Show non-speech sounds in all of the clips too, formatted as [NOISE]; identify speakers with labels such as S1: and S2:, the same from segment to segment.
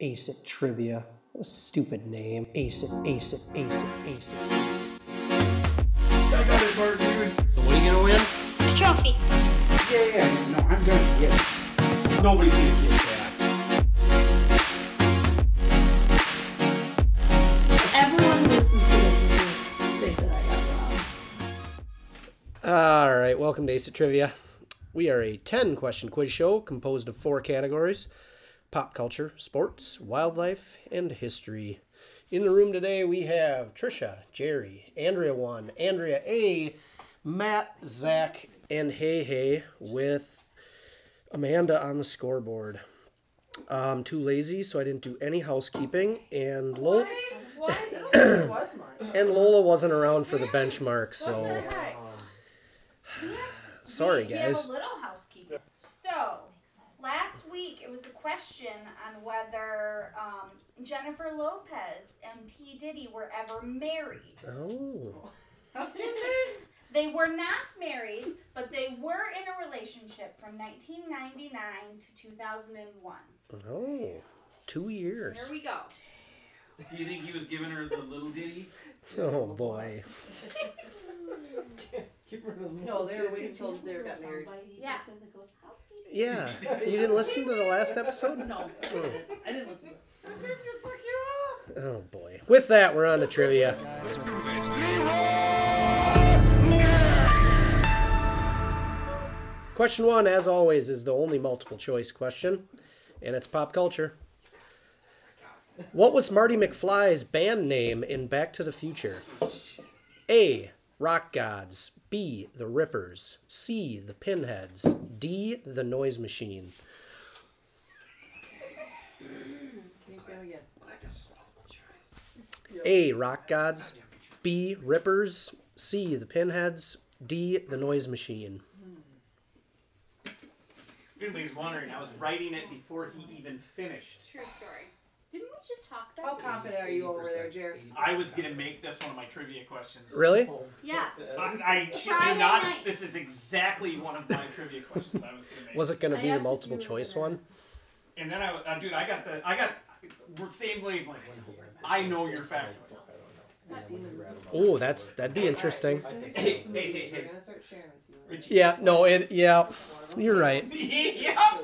S1: Ace it trivia. What a stupid name. Ace it, ace it, ace it, ace it, ace it.
S2: I got it, Mark, dude.
S3: So what are you gonna win?
S4: A trophy.
S2: Yeah, yeah, no, I'm gonna get it. Nobody's gonna get that.
S5: Everyone listens to this and thinks that I got wrong.
S3: All right, welcome to Ace of Trivia. We are a 10 question quiz show composed of four categories pop culture, sports, wildlife, and history. In the room today, we have Trisha, Jerry, Andrea 1, Andrea A, Matt, Zach, and Hey Hey with Amanda on the scoreboard. I'm too lazy, so I didn't do any housekeeping, and Lola, [COUGHS]
S6: What? There was mine.
S3: and Lola wasn't around for the benchmark, so [SIGHS] sorry,
S7: We have
S3: guys.
S7: a little housekeeping. So, last week it was a question on whether um, Jennifer Lopez and P. Diddy were ever married. [LAUGHS]
S3: Oh.
S7: They were not married, but they were in a relationship from 1999 to 2001.
S3: Oh, two years.
S7: Here we go.
S2: Do you think he was giving her the little ditty?
S3: Oh boy.
S2: Give her the little
S6: No, they were waiting until they got married.
S7: Yeah.
S5: That's in the ghost house.
S3: Yeah. You didn't listen to the last episode?
S5: No, I didn't listen to it.
S3: Oh boy. With that, we're on to trivia. Question one, as always, is the only multiple choice question, and it's pop culture. What was Marty McFly's band name in Back to the Future? A. Rock Gods. B. The Rippers. C. The Pinheads. D. The Noise Machine.
S6: Can you say that again?
S3: A. Rock Gods. B. Rippers. C. The Pinheads. D. The Noise Machine.
S2: If anybody's wondering, I was writing it before he even finished.
S7: True story. Didn't we just talk
S6: How
S7: about this?
S6: confident are you over there, Jerry?
S2: I was gonna make this one of my trivia questions.
S3: Really?
S7: Yeah.
S2: I, I shit you
S7: Friday
S2: not.
S7: night.
S2: This is exactly one of my trivia questions I was gonna make.
S3: Was it going
S5: I
S3: to be the
S5: asked if you
S3: multiple
S5: were
S3: choice
S5: gonna-
S3: one?
S2: And then I, uh, dude, I got the, I got, we're same wavelength. I know your factoid.
S3: Oh, that's that'd be interesting.
S2: Hey, hey, hey,
S6: They're
S2: hey.
S6: gonna start sharing with you.
S2: Richie.
S3: Yeah. No. It. Yeah. You're
S2: [LAUGHS]
S3: right.
S6: [LAUGHS]
S2: yeah,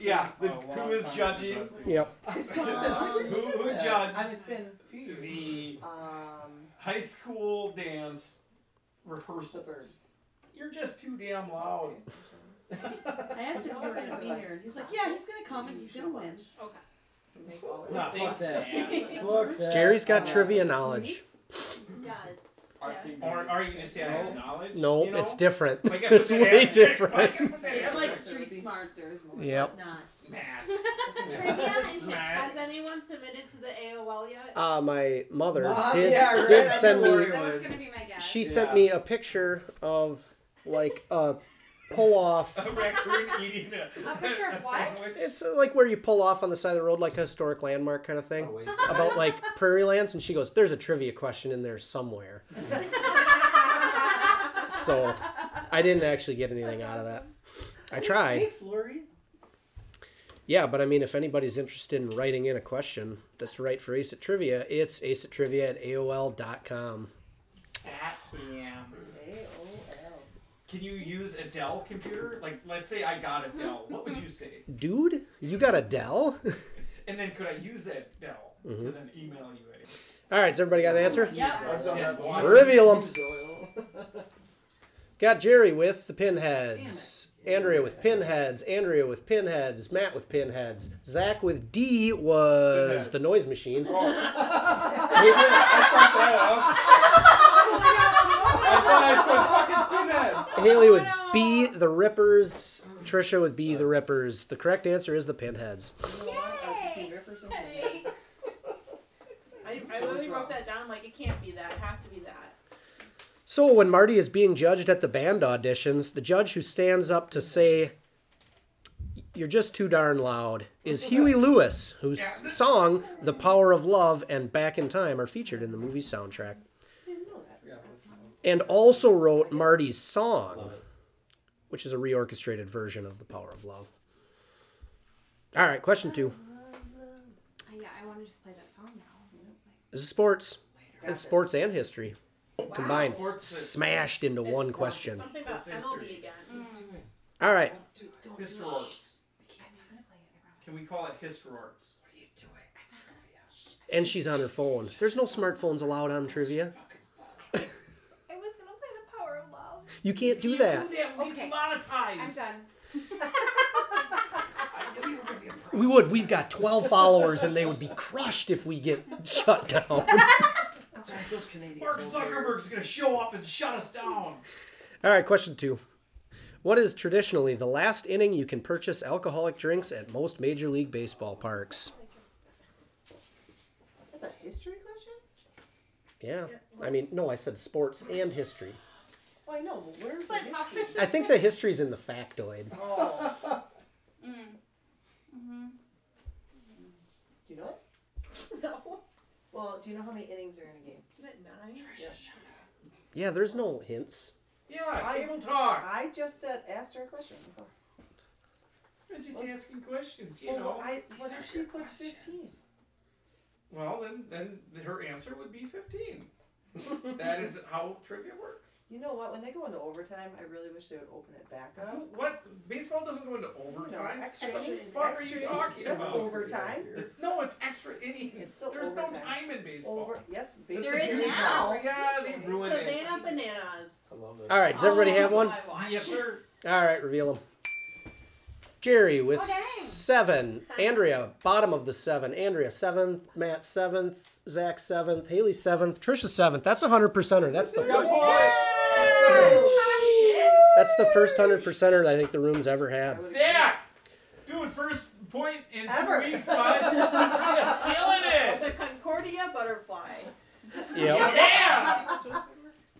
S2: yeah. The,
S6: Oh,
S2: who is judging?
S3: Yep.
S6: I saw that.
S2: Who, who
S6: I
S2: judged
S6: was been a few years.
S2: the
S6: Um,
S2: high school dance
S6: the
S2: rehearsals?
S6: birds.
S2: You're just too damn loud.
S5: I asked if you were going to be here, and he's like, "Yeah, he's going to come and he's going to win."
S7: Okay.
S6: Make all of
S2: Nah, fuck
S6: [LAUGHS]
S2: that.
S8: Fuck that.
S3: Jerry's
S6: Um,
S3: got trivia knowledge.
S7: Does.
S2: Or are you gonna say I have knowledge?
S3: No,
S2: you know?
S3: it's different. [LAUGHS]
S2: Like, I put
S3: It's
S2: that
S3: way
S2: asterisk-
S3: different.
S2: I can put that
S5: It's like
S2: asterisk.
S5: street smarts.
S6: There's more.
S3: Yep.
S5: Not.
S2: Max.
S5: Trivia
S2: [LAUGHS]
S5: and history.
S2: Max.
S5: Has anyone submitted to the AOL yet?
S3: Uh, my mother
S8: Mom,
S3: did
S8: yeah, right,
S3: did
S8: I'm
S3: send me.
S8: worried.
S7: That was gonna be my guess.
S3: She sent
S8: Yeah.
S3: me a picture of like a pull off.
S2: A raccoon [LAUGHS] eating a,
S7: A picture of
S2: a
S7: what?
S2: sandwich.
S3: It's uh, like where you pull off on the side of the road, like a historic landmark kind of thing.
S4: Oh,
S3: about like prairie lands and she goes there's a trivia question in there somewhere so i didn't actually get anything out of that i tried
S8: Thanks, Lori.
S3: yeah but i mean if anybody's interested in writing in a question that's right for ace at trivia it's ace at trivia at aol.com
S2: That cam.
S6: AOL.
S2: Can you use a Dell computer? Like, let's say I got a Dell. What would you say?
S3: dude you got a dell [LAUGHS]
S2: And then could I use that Dell
S3: Mm-hmm.
S2: to then email you it?
S3: all right has everybody got an answer
S5: Yep.
S3: reveal them got jerry with the pinheads andrea with pinheads andrea with pinheads matt with pinheads zach with d was
S2: Pinheads.
S3: the noise machine Haley with B the Rippers. Trisha with B the Rippers. The correct answer is the Pinheads.
S6: You know what? I was between rippers and Pinheads.
S9: I, I literally wrote that down. Like it can't be that. It has to be that.
S3: So when Marty is being judged at the band auditions, the judge who stands up to say, "You're just too darn loud," is Huey Lewis, whose song "The Power of Love" and "Back in Time" are featured in the movie's soundtrack,
S6: I didn't know that.
S3: and also wrote Marty's song, which is a reorchestrated version of "The Power of Love." All right, question two.
S7: I
S5: just play that song now.
S3: This is sports. It's sports and history combined,
S2: Sports that-
S3: smashed into
S9: This
S3: one
S9: is
S3: question.
S9: Something about
S2: What's history?
S9: MLB again.
S5: Mm.
S3: All right.
S2: Histororts. Can we call it Histororts?
S3: And she's on her phone. There's no smartphones allowed on trivia.
S9: I was gonna play the power of love.
S3: You can't do that.
S2: Do that. We
S9: Okay.
S2: need to monetize.
S5: I'm done.
S3: We would. We've got 12 followers, and they would be crushed if we get shut down.
S2: Mark Zuckerberg's gonna show up and shut us down.
S3: All right, question two. What is traditionally the last inning you can purchase alcoholic drinks at most Major League Baseball parks?
S6: That's a history question?
S3: Yeah. I mean, no, I said sports and history.
S6: Well, I know, but where's the
S7: But my-
S6: history?
S3: I think the history's in the factoid.
S6: Oh,
S2: Mm.
S7: Mm-hmm.
S6: do you know it?
S9: No.
S6: Well, do you know how many innings are in a game?
S9: Isn't it nine?
S6: Yeah.
S3: Yeah, there's no hints.
S2: Yeah,
S6: I-
S2: table talk.
S6: I just said, asked her a question. That's all.
S2: I'm just asking questions, you
S6: Well,
S2: know.
S6: I, what if she puts 15?
S2: Well, then, then her answer would be 15. that is how trivia
S6: [LAUGHS]
S2: works.
S6: You know what? When they go into overtime, I really wish they would open it back up.
S2: What? Baseball doesn't go into
S6: No,
S2: overtime.
S6: extra
S2: What the
S6: innings,
S2: fuck are
S6: extra
S2: you
S6: innings.
S2: talking
S6: That's
S2: about?
S6: overtime.
S2: It's, no, it's extra innings.
S6: It's still
S2: There's no
S6: overtime.
S2: time in baseball.
S6: Over, yes,
S2: This
S6: basically.
S7: There is
S2: beautiful.
S7: now.
S2: Yeah, they ruined it.
S9: Savannah bananas.
S3: All right, does everybody
S7: Oh,
S3: have one?
S9: I watched.
S2: Yes, sir.
S3: All right, reveal them. Jerry with
S7: Oh, dang.
S3: seven. Andrea, bottom of the seven. Andrea, seventh. Matt, seventh. Zach, seventh. Haley, seventh. Trisha, seventh. That's a 100%er. That's the
S2: Good
S3: first.
S2: boy. Oh,
S3: That's the first 100%er I think the room's ever had.
S2: Zach! Dude, first point in
S6: Ever.
S2: two weeks,
S6: [LAUGHS]
S2: bud. Just killing it.
S9: The Concordia butterfly.
S3: Yep.
S2: Yeah!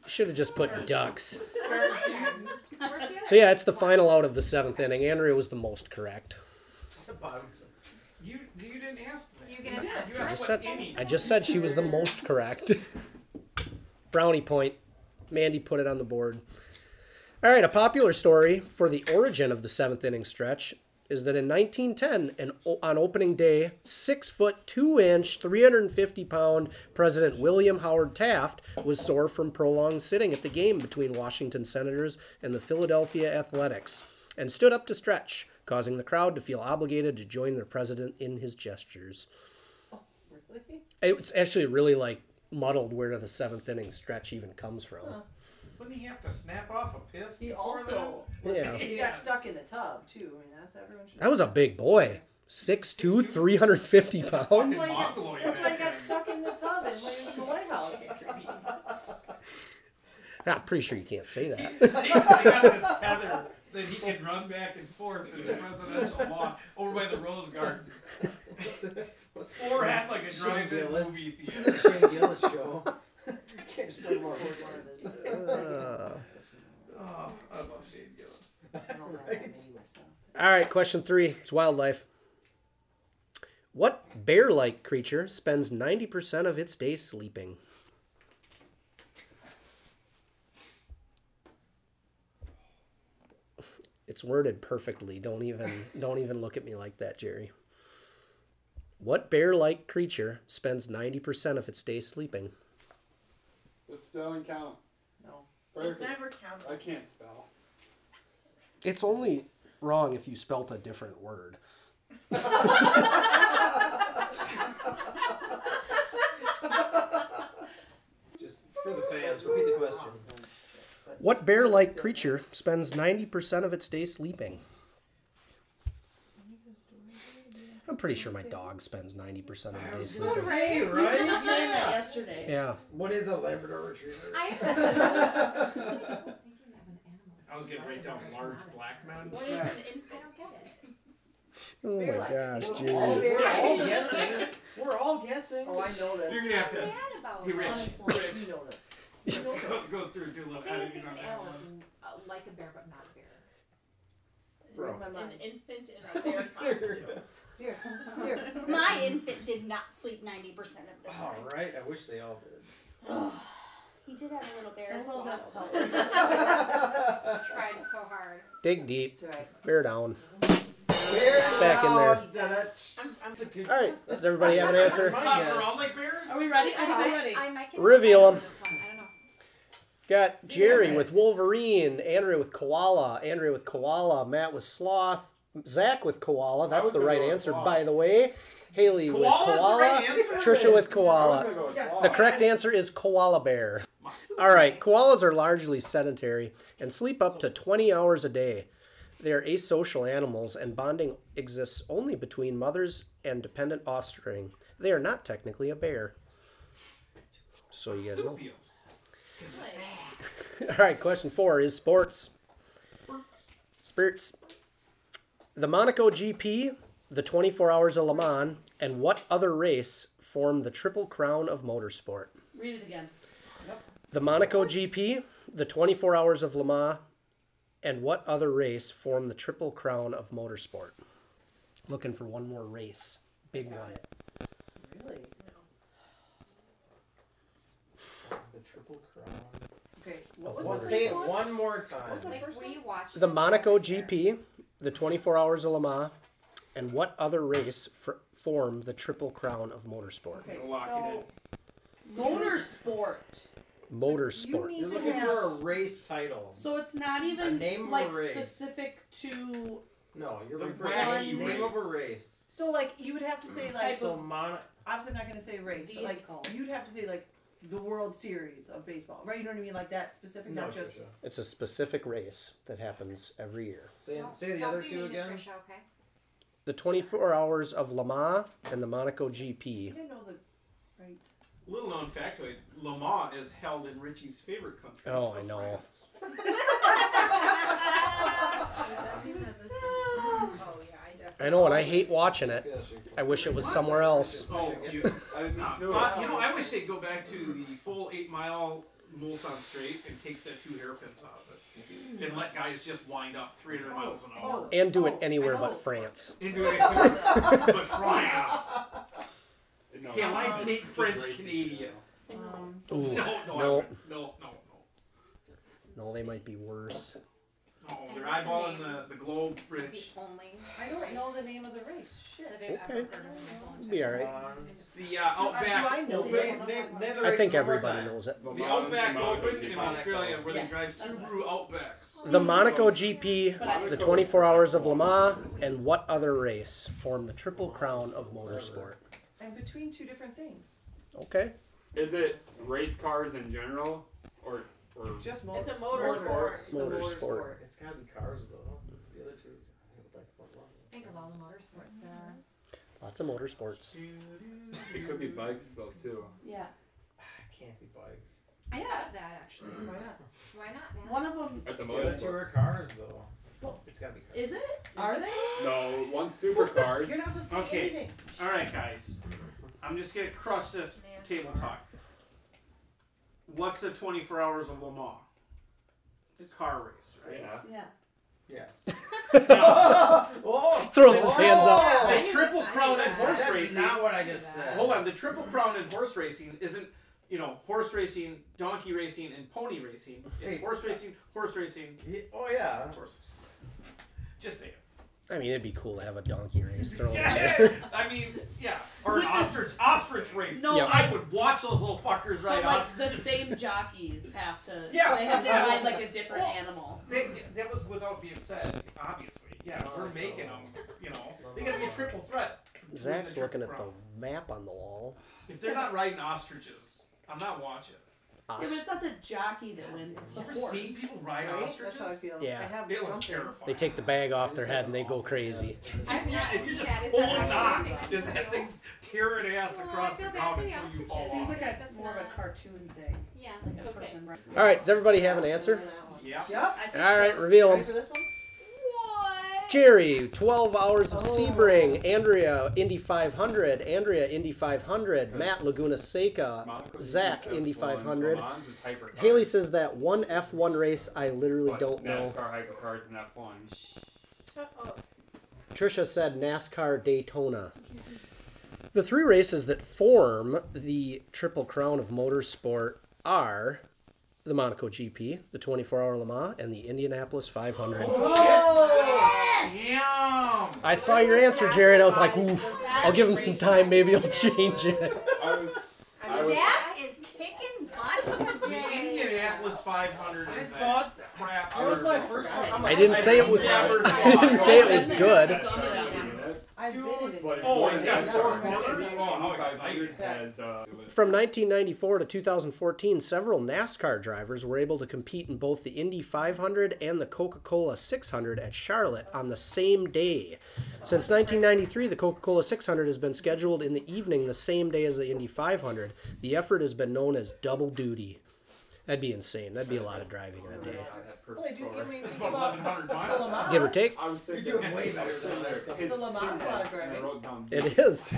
S3: Should have just put ducks.
S5: Where's the
S3: So yeah, it's the final out of the seventh inning. Andrea was the most correct.
S2: You, you didn't ask that.
S5: Do you get an
S2: You
S5: asterisk?
S3: I
S2: asked
S3: just
S2: what
S3: said
S2: inning.
S3: I just said she was the most correct. [LAUGHS] Brownie point. Mandy put it on the board. All right, a popular story for the origin of the seventh inning stretch is that in 1910, and on opening day, six foot two inch, 350 pound President William Howard Taft was sore from prolonged sitting at the game between Washington Senators and the Philadelphia Athletics, and stood up to stretch, causing the crowd to feel obligated to join their president in his gestures.
S6: Really?
S3: It's actually really like muddled where the seventh inning stretch even comes from.
S2: Wouldn't he have to snap off a piss?
S6: He
S2: before
S6: also
S2: that?
S3: Yeah.
S6: He got stuck in the tub too. I mean, that's everyone should.
S3: That was a big boy. 6'2, 350
S2: Fucking
S3: pounds.
S2: mongoloid
S6: That's why he
S2: back
S6: got
S2: then.
S6: stuck in the tub and went into the [LAUGHS] White House.
S3: I'm pretty sure you can't say that.
S2: they, [LAUGHS] they got this tether that he can run back and forth in the
S6: [LAUGHS]
S2: presidential lawn over by the Rose Garden. Or had like a drive-in movie theater.
S4: Shane Gillis show.
S6: Can't just do more with one of this.
S3: Uh,
S2: Oh, I love Shane Gillis.
S6: I don't know.
S4: Right.
S3: all right, question three. It's wildlife. What bear like creature spends 90% of its days sleeping? It's worded perfectly. Don't even don't even look at me like that, Jerry. What bear-like creature spends 90% of its days sleeping?
S4: The spell and count.
S6: No.
S9: It's
S4: Perfect.
S9: never counted.
S4: I can't spell.
S3: It's only wrong if you spelt a different word.
S4: Just for the fans, repeat the question.
S3: What bear like creature spends 90% of its days sleeping? I'm pretty sure my dog spends 90% of her days sleeping.
S4: Hey,
S5: I was
S4: right?
S5: just saying that yesterday.
S3: Yeah.
S4: What is a Labrador Retriever?
S2: I was getting right down large black man.
S9: What is an infant?
S3: Oh my
S6: Bear-like.
S3: gosh,
S6: We're all
S3: Jerry.
S6: bear-
S4: We're all guessing. We're all guessing.
S6: Oh, I know
S2: [LAUGHS] You're
S6: this. [LAUGHS]
S2: gonna have to. Hey, Rich. Rich. [LAUGHS]
S6: You know
S3: [LAUGHS]
S6: this.
S2: Go, go through do a little
S8: I
S2: editing
S8: think
S2: on
S8: an
S2: that
S8: owl
S2: one.
S8: is uh, like a bear, but not a bear.
S6: You're
S4: [LAUGHS] Bro.
S9: An
S6: in my [LAUGHS] mind.
S9: infant in a bear costume.
S6: Here, here.
S7: My infant did not sleep 90% of the time.
S4: All right. I wish they all did.
S7: He did have a little bear.
S5: That's all that's
S7: swallow.
S5: helpful.
S7: Tried so hard.
S3: Dig deep.
S6: That's right.
S3: Bear down. It's back in there.
S9: I'm, I'm so good.
S3: All right, does everybody have an answer?
S2: Not we're all like bears?
S5: Are we ready? I
S8: I
S5: think I'm
S8: might-
S5: ready.
S8: I might get
S3: Reveal
S8: excited for this one. I don't know.
S3: Got Jerry with Wolverine, Andrea with Koala, Andrea with Koala, Matt with Sloth, Zach with Koala. That's
S2: would
S3: the
S2: go
S3: right
S2: with
S3: answer,
S2: sloth.
S3: by the way. Haley with
S2: Koala's the
S3: Koala,
S2: right answer? Oh
S3: Trisha with Koala.
S4: Yes.
S3: The correct answer is koala bear. All right, koalas are largely sedentary and sleep up to 20 hours a day. They are asocial animals, and bonding exists only between mothers and dependent offspring. They are not technically a bear. So you guys know.
S2: Marsupials.
S3: All right, question four is sports. Spirits. The Monaco GP, the 24 Hours of Le Mans, and what other race form the Triple Crown of Motorsport?
S5: Read it again.
S3: The Monaco GP, the 24 Hours of Le Mans, and what other race form the Triple Crown of Motorsport? Looking for one more race. Big one.
S6: Really?
S4: The triple crown.
S6: Okay. What was
S4: Well,
S6: the
S4: say
S6: first
S4: it
S6: one?
S4: one more time.
S6: the
S8: Like
S6: first one?
S8: we watched
S3: The
S8: this
S3: Monaco
S8: right here.
S3: GP, the 24 Hours of Le Mans, and what other race for, form the Triple Crown of Motorsport?
S6: Okay,
S2: Lock it in.
S6: so
S5: Motor sport.
S6: you
S3: Motorsport.
S6: need
S4: You're
S6: to
S4: looking for a
S6: have.
S4: race title.
S5: So it's not
S4: A
S5: even
S4: name of a
S5: like
S4: race.
S5: specific to
S4: No, you're
S2: The
S4: looking for a
S2: wacky
S4: name of a race.
S6: So like you would have to say like
S4: So mon-
S6: obviously I'm not gonna say race, but like
S5: Vehicle.
S6: you'd have to say like the World Series of baseball, right? You know what I mean? Like that specific,
S4: no,
S6: not just
S4: Trisha.
S3: It's a specific race that happens every year.
S4: Say,
S8: Don't-
S4: say the
S8: don't
S4: other
S8: be
S4: two
S8: mean to
S4: again.
S8: Trisha, okay?
S3: The 24 Hours of Le Mans and the Monaco GP.
S6: you didn't know the right.
S2: Little known factoid, Le Mans is held in Richie's favorite country.
S3: Oh, I know.
S2: France.
S9: Oh, yeah, I definitely.
S3: I know, and I hate watching it.
S4: Yeah, sure.
S3: I wish it was somewhere else.
S2: Oh,
S4: [LAUGHS]
S2: you,
S3: [LAUGHS]
S4: I mean,
S2: uh,
S4: too.
S2: uh, you know, I wish they'd go back to the full eight mile Mulsanne straight and take the two hairpins out of it, and let guys just wind up 300 miles an
S4: Oh.
S2: hour.
S3: And do it anywhere
S5: I
S3: but
S5: know.
S3: France.
S2: Into it, but
S4: [LAUGHS]
S2: France. Can I take French Canadian?
S6: Um,
S3: Ooh.
S2: No, no,
S3: No.
S2: no, no, no.
S3: No, they might be worse.
S2: No, they're eyeballing the, the globe,
S8: The
S2: Rich.
S8: only
S6: I don't know the name of the race.
S8: that
S6: Shit.
S8: I've ever
S3: Okay.
S8: heard of in my whole
S3: Be
S8: entire
S3: alright.
S4: Mons.
S2: It's the uh,
S6: Do I- do
S2: Outback.
S6: I know
S2: Open.
S6: this?
S3: I think everybody knows it.
S2: The Outback Open in
S4: Monaco.
S2: Australia where they
S5: Yeah,
S2: drive
S5: that's
S2: Subaru Outbacks.
S3: The Monaco GP, the 24 Hours of Le Mans, and what other race form the Triple Crown of Motorsport?
S6: I'm between two different things.
S3: Okay.
S10: Is it race cars in general, or or
S6: Just motor.
S9: It's a motor sport.
S6: It's a motor
S3: Motorsport.
S6: sport.
S4: It's gotta be cars though. The other two. I would like one more.
S8: Think of all the motorsports there are.
S3: Lots of motorsports.
S2: [LAUGHS]
S10: it could be bikes though too?
S5: yeah.
S4: It can't be bikes.
S8: I
S5: Yeah.
S8: thought of that actually.
S4: Why not?
S8: Why not, man?
S5: One of them
S10: That's a
S4: The other two are
S10: motorsport.
S4: cars though. It's gotta be cars.
S5: [LAUGHS] is it? Are they?
S10: No, one's
S6: You're
S10: supercars.
S6: not supposed to say
S2: Okay.
S6: anything.
S2: All right, guys. I'm just gonna crush this table talk. What's the 24 hours of Le Mans? It's a car race, right?
S10: Yeah.
S5: Yeah.
S4: Whoa!
S3: Throws his hands up.
S8: I
S2: The
S8: knew
S2: triple
S8: that. I
S2: crown
S8: knew
S2: in
S8: that.
S2: horse
S4: That's
S2: racing.
S4: not what I just said.
S2: Hold on, the triple crown in horse racing isn't, you know, horse racing, donkey racing, and pony racing. It's
S4: Hey.
S2: horse racing, horse racing,
S4: Yeah, Oh yeah.
S2: horse racing. Just saying.
S3: I mean, it'd be cool to have a donkey race thrown in
S2: Yeah,
S3: there.
S2: I mean, yeah. Or an ostrich, ostrich race.
S5: No,
S3: Yeah.
S2: I would watch those little fuckers
S5: But
S2: right
S3: uh,
S5: like
S3: [LAUGHS]
S5: the same jockeys have to.
S2: Yeah.
S5: They have to
S2: Yeah.
S5: ride like a different
S2: Well-
S5: animal.
S2: They, that was without being said, obviously. Yeah, we're making them. You know, they got to be a triple threat.
S3: [LAUGHS]
S2: between
S3: Zach's
S2: the
S3: looking at
S2: triple
S3: the map on the wall.
S2: crown. If they're not riding ostriches, I'm not watching.
S5: Yeah, but
S3: Us.
S5: it's not the jockey that wins. It's the
S2: You ever
S5: horse.
S2: seen people ride
S6: Right?
S2: ostriches?
S6: That's how I feel.
S3: Yeah.
S6: I have
S2: It looks
S6: something.
S2: terrifying.
S3: They take the bag off their head and they go crazy.
S8: I've
S2: Yeah,
S8: not
S2: if you
S8: seen
S2: just
S8: that. Is
S2: hold
S8: that
S2: on,
S8: actually a thing?
S2: is that thing's tearing ass
S8: Oh, I
S2: across the
S8: feel bad
S2: ground
S8: for the
S2: until you
S8: ostriches.
S2: fall
S5: Seems
S2: off.
S5: like a
S8: That's
S5: more of a
S8: not-
S5: cartoon thing.
S8: Yeah.
S5: Like a
S8: Okay.
S5: person.
S3: All right, does everybody have an answer?
S2: Yeah.
S6: Yep.
S5: I think
S3: All right,
S5: so.
S3: reveal
S6: Ready
S3: them.
S6: for this one?
S8: What?
S3: Jerry, 12 hours of
S6: Oh.
S3: Sebring. Andrea, Indy 500. Andrea, Indy 500. Matt, Laguna Seca.
S10: Monaco
S3: Zach,
S10: GP,
S3: Indy
S10: F1,
S3: 500.
S10: Le Mans is hypercar.
S3: Haley says that one F1 race I literally
S10: But
S3: don't know.
S10: NASCAR hypercars and F1.
S9: Shut up.
S3: Trisha said NASCAR Daytona. The three races that form the Triple Crown of Motorsport are the Monaco GP, the 24 Hour Le Mans, and the Indianapolis 500.
S2: Oh, Damn.
S3: I saw your answer, Jared. I was like, oof. I'll give him some time. Maybe I'll [LAUGHS] change it.
S10: I was, I was,
S7: That is kicking butt
S2: The
S7: today.
S2: Indianapolis 500
S9: I
S2: is that
S9: thought
S2: crap.
S9: that was my first one. I'm
S3: I
S9: like,
S3: didn't say it was.
S2: never
S3: [LAUGHS] I didn't say it was good.
S6: I've been in it.
S10: But
S2: Oh, it's got
S10: yeah,
S2: four
S10: sorry.
S2: corners. Oh, how
S10: 500
S2: exciting!
S10: has, uh, it was-
S3: From 1994 to 2014, several NASCAR drivers were able to compete in both the Indy 500 and the Coca Cola 600 at Charlotte on the same day. Since 1993, the Coca Cola 600 has been scheduled in the evening the same day as the Indy 500. The effort has been known as double duty. That'd be insane. That'd be a lot of driving that day.
S6: Well, I do, I mean,
S2: It's
S6: think
S2: about 1,100
S6: about the
S2: miles.
S6: Lamont.
S3: Give or take,
S10: I was
S4: You're
S10: thinking
S4: doing way better than the last couple.
S6: The Lamont's a lot of
S10: I
S6: driving.
S10: wrote down.
S3: it is.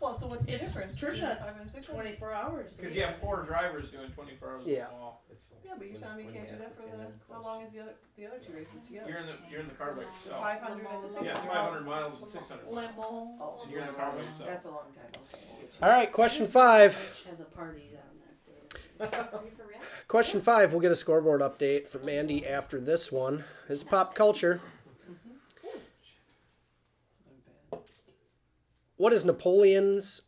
S6: Well, so what's the
S9: It's
S6: difference?
S9: Trisha,
S6: between Five and six.
S5: 24 hours.
S2: Because you have four drivers doing 24 hours.
S3: Yeah.
S2: on the wall.
S4: It's fine.
S6: Yeah, but you
S4: When-
S6: tell me you
S4: when
S6: can't do
S4: ask
S6: that for
S4: if they
S6: the,
S4: had
S6: how
S4: close.
S6: long is the other, the other two races
S2: You're
S6: together?
S2: in the you're in the car by yourself.
S6: Five hundred and the six
S2: Yeah, it's
S6: hundred.
S2: 500 miles and 600 miles.
S5: Lemon.
S2: And you're in the car by yourself.
S6: That's a long time, okay.
S3: All right, question five.
S5: has a party on that day.
S8: Are you for real?
S3: Question five, we'll get a scoreboard update from Andy after this one. It's pop culture. What is Napoleon's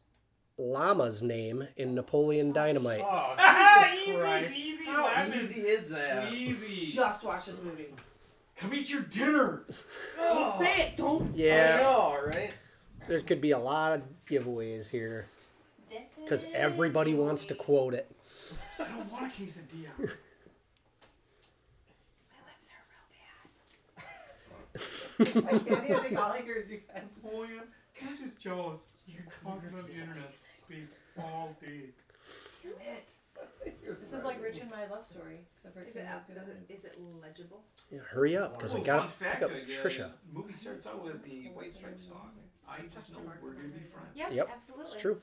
S3: llama's name in Napoleon Dynamite?
S4: [LAUGHS]
S8: [LAUGHS]
S2: Ah,
S4: Oh, Jesus Christ.
S2: easy, easy,
S4: How
S2: lemon.
S4: easy is that?
S2: Easy.
S6: Just watch this movie.
S2: Come eat your dinner.
S5: Don't say it. Don't
S4: I
S3: Yeah,
S4: know, right?
S3: there could be a lot of giveaways here because everybody wants to quote it.
S2: I don't want a
S3: [LAUGHS]
S2: quesadilla.
S8: My lips are real bad.
S6: [GASPS] I can't even think all I hear is you guys.
S2: Napoleon, I'm just jealous. You're talking on the internet speak all
S3: [LAUGHS]
S2: day.
S6: This is like Rich and My Love Story, except for
S8: Is it,
S6: Kim's
S8: out-
S6: good at it.
S8: is it legible?
S3: Yeah, hurry up because I
S2: Oh,
S3: gotta
S2: fun fact,
S3: pick up
S2: uh, the
S3: Trisha.
S2: Movie starts out with the White Stripes song. I just know we're gonna be friends.
S8: Yes,
S3: Yep,
S8: absolutely.
S3: It's true.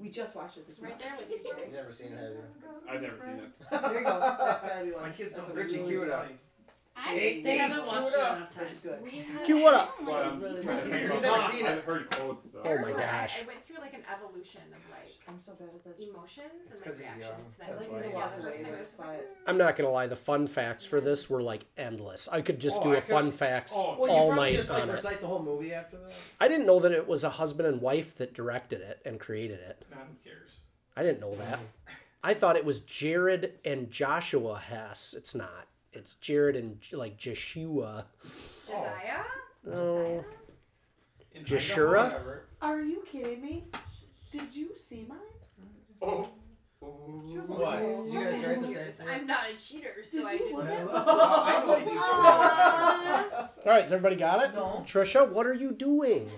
S6: We just watched it this
S8: Right
S6: morning.
S8: there with you, Jerry.
S4: You've never seen it, have you?
S10: I've never seen it.
S6: [LAUGHS] There you go. That's gotta be one.
S2: My kids
S6: That's
S2: don't.
S6: a
S4: Richie,
S6: really
S4: cue it
S6: good
S4: up.
S6: one.
S7: I,
S5: They haven't watched it enough
S6: That's
S5: times. Oh
S8: [LAUGHS]
S6: good.
S8: We have,
S3: Cue what up?
S10: But I'm
S6: Really?
S10: trying to think
S4: You've
S10: of-
S4: never seen
S10: I've heard quotes though.
S3: Oh my
S8: I-
S3: gosh.
S8: I went through like an evolution of like
S6: I'm so bad at this.
S8: emotions
S4: It's
S8: and
S4: 'cause
S8: like
S4: he's young.
S8: reactions.
S4: That's
S8: like,
S4: why
S8: yeah,
S4: he
S8: the
S4: walks
S8: first
S4: away
S8: time I
S6: with
S8: was just like,
S6: quiet.
S8: "Mm."
S3: I'm not gonna lie, the fun facts for this were like endless. I could just
S4: Oh,
S3: do
S4: I
S3: a
S4: could-
S3: fun facts
S2: Oh,
S4: Well, you
S3: all
S4: probably
S3: night
S4: just
S3: on
S4: like
S3: it.
S4: recite the whole movie after that.
S3: I didn't know that it was a husband and wife that directed it and created it.
S2: Not who cares.
S3: I didn't know that. I thought it was Jared and Joshua Hess. It's not. It's Jared and like Joshua.
S8: "Hmm, Josiah?
S3: Oh.
S8: Josiah?
S2: In
S3: Jashura?
S2: Idaho, whatever.
S5: Are you kidding me? Did you see mine?
S10: Oh.
S4: What?
S5: [LAUGHS]
S4: Did you guys write the same
S8: Cheaters.
S4: thing?
S8: I'm not a cheater, so
S5: Did
S8: I
S5: you
S8: didn't. [LAUGHS]
S4: [LAUGHS]
S5: look
S2: I
S5: at-
S2: know these.
S5: [LAUGHS]
S8: Aw.
S3: All right, has everybody got it?
S6: No.
S3: Trisha, what are you doing?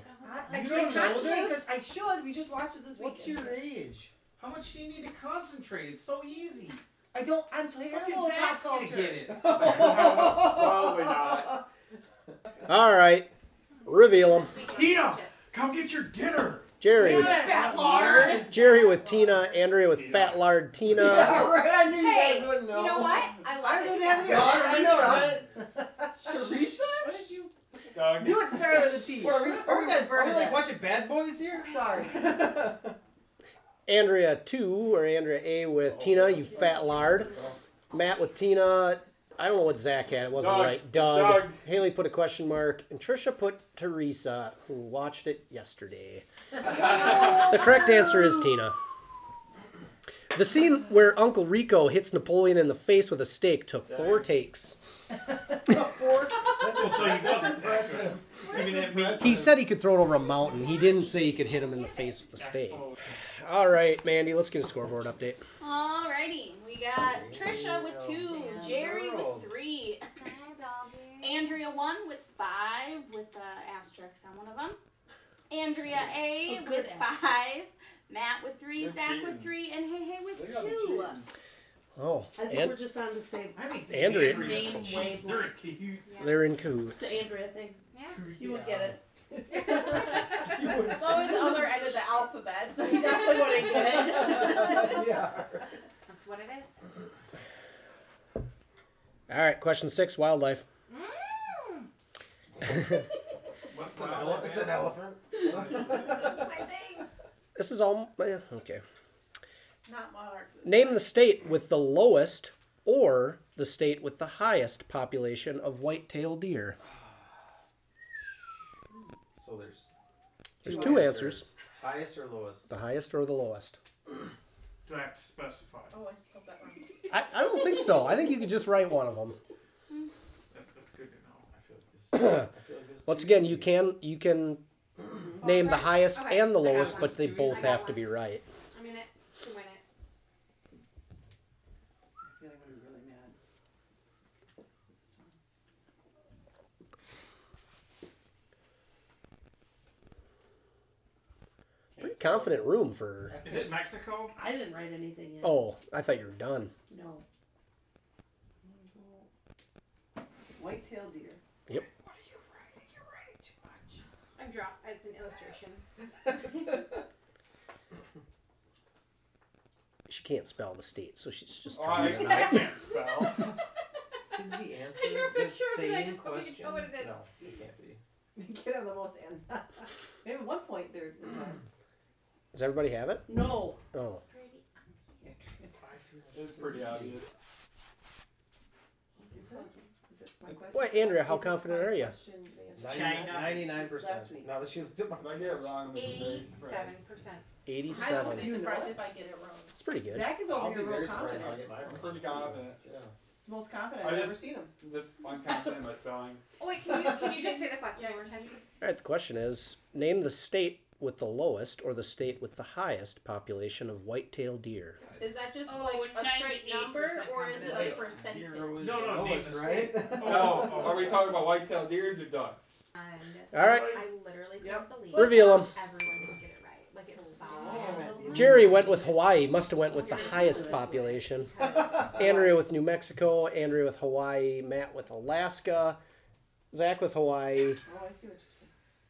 S6: I, I
S4: You
S6: can't
S4: don't know
S6: concentrate
S4: this?
S6: 'cause I should. We just watched it this
S4: [LAUGHS] What's
S6: weekend.
S4: your [LAUGHS] age?
S2: How much do you need to concentrate? It's so easy.
S6: I don't. I'm terrible
S2: Fucking
S6: at pop
S2: Zach's gonna
S6: culture.
S2: get it.
S10: Probably not.
S3: All right, reveal them.
S8: This week I
S2: Tina!
S8: watched it.
S2: Come get your dinner.
S3: Jerry, with,
S6: Yeah,
S3: Jerry with Tina, Andrea with
S10: Tina.
S3: Fat Lard Tina.
S6: right. I knew you
S7: Hey,
S6: guys wouldn't know.
S7: you know what? I
S6: I
S7: love
S6: didn't
S7: it.
S6: have any.
S4: Dog, I [LAUGHS] know, right?
S6: Teresa?
S2: What did you? Dog.
S6: You would start with a T.
S4: [LAUGHS] Were we,
S6: Or
S4: are
S6: was
S4: we,
S6: that
S4: are we like
S6: Bernadette?
S4: watching Bad Boys here? [LAUGHS]
S6: Sorry.
S3: Andrea two or Andrea A with Tina, you fat lard.
S4: Oh,
S3: Matt with Tina. I don't know what Zach had. It wasn't
S10: Doug.
S3: right. Doug.
S10: Doug.
S3: Haley put a question mark, and Trisha put Teresa, who watched it yesterday. the correct answer is Tina. The scene where Uncle Rico hits Napoleon in the face with a stake took four takes.
S4: That's,
S2: Oh, so you
S4: that's
S2: wasn't
S4: impressive.
S2: I mean, that means
S3: He said he could throw it over a mountain. He didn't say he could hit him in the face with a stake.
S2: Expo.
S3: All right, Mandy, let's get a scoreboard update.
S7: Alrighty, we got Trisha with two,
S8: Damn
S7: Jerry
S4: girls.
S7: with three,
S8: Hi, doggy.
S7: Andrea one with five with uh, asterisks on one of them. Andrea A
S5: Oh, good
S7: with
S5: asterisk.
S7: five, Matt with 3
S10: They're
S7: Zach
S10: cheating.
S7: with three, and Hey Hey with
S4: They gotta be
S7: two.
S4: cheating.
S3: Oh,
S5: I think
S3: and
S5: we're just on the same.
S2: I think these
S3: Andrea.
S2: Andreas
S5: Name
S2: are cheap. They're a
S5: wavelength.
S2: cute.
S3: they're in
S5: It's
S3: cahoots.
S5: the Andrea thing.
S8: Yeah.
S5: You will get it.
S9: It's always the other end of the alphabet, so you definitely wouldn't
S7: [LAUGHS]
S9: get it.
S8: [LAUGHS]
S4: yeah.
S8: That's what it is.
S3: All right, question six wildlife.
S8: Mm,
S2: What's
S4: It's an, ele- it's an elephant.
S8: that's my thing.
S3: This is all. eh, Okay.
S9: It's not monarch. this
S3: Name the state with the lowest or the state with the highest population of white tailed deer.
S4: Oh, there's.
S3: There's two answers.
S4: Highest or lowest?
S3: The highest or the lowest?
S2: Do I have to specify?
S9: Oh, I spelled that wrong.
S3: I, I don't think so. I think you could just write one of them.
S2: That's, that's good to know.
S4: I feel
S3: [COUGHS]
S4: like this. I feel like this is
S3: Once
S4: too
S3: again, you
S4: easy.
S3: can you can name the
S8: Okay.
S3: highest
S8: Okay,
S3: and the
S8: I got
S3: lowest,
S8: one.
S3: but they
S8: Two
S3: both
S8: easy. I got
S3: have to
S8: one.
S3: be right.
S8: I'm in it to win it.
S6: I feel like I'm really mad. This one.
S3: Pretty confident room for.
S2: Is
S4: [LAUGHS]
S2: it Mexico?
S5: I didn't write anything yet.
S3: Oh, I thought you were done.
S6: No. White-tailed deer. [LAUGHS]
S8: I'm draw. It's an illustration.
S3: She can't spell the state, so she's just.
S2: Oh, I,
S3: drawing.
S2: I [LAUGHS] can't spell.
S4: Is the answer
S8: I drew a
S4: the
S8: picture of it, I
S4: same
S8: just hope we can
S4: question?
S8: tell what it is.
S4: No, it can't
S8: [LAUGHS]
S4: be.
S6: They can have the most and [LAUGHS] maybe at one point they're they're tied.
S3: Does everybody have it?
S5: No.
S3: Oh,
S8: Pretty
S2: It's pretty obvious.
S6: Is it? Is it my question?
S3: boy, Andrea, how
S6: Is it
S3: confident
S6: my
S3: are you?
S6: question, the answer?
S2: China.
S4: Ninety-nine
S6: Last week.
S4: percent. Now that she looked at my
S2: If I get it wrong, I'm gonna be very
S8: eighty-seven
S2: surprised.
S8: percent. I won't
S3: eighty-seven.
S8: be
S6: You know
S8: surprised
S6: it.
S8: if I get it wrong.
S3: It's pretty good.
S6: Zach is
S8: Oh,
S4: I'll
S6: over
S4: be
S6: here
S4: very
S6: real
S4: surprised.
S6: confident.
S4: I'll get my
S2: I'm
S4: question
S2: pretty
S4: too.
S2: confident.
S4: Yeah.
S6: It's the most confident
S2: I
S6: I've ever
S2: just-
S6: seen him.
S10: Just I'm confident in my spelling.
S8: Oh wait, can you can you just say the question one more time, please?
S3: All right. The question is: Name the state with the lowest or the state with the highest population of white-tailed deer.
S9: Is that just
S8: Oh,
S9: like a straight
S8: 98%
S9: number, or is it a
S4: confidence.
S9: percentage?
S4: Zero is
S2: No, no,
S4: the
S2: name
S4: lowest,
S2: the
S4: right?
S2: [LAUGHS] Oh,
S10: Oh, are we talking about white-tailed deers or ducks?
S8: And
S3: All right.
S8: I literally
S6: Yep.
S8: can't believe
S3: Reveal 'em.
S8: everyone didn't get it right. Like it
S6: Damn
S8: found
S3: Jerry went with Hawaii. Must have went with the highest population. Andrea with New Mexico. Andrea with Hawaii. Matt with Alaska. Zach with Hawaii.
S6: Oh, I see what you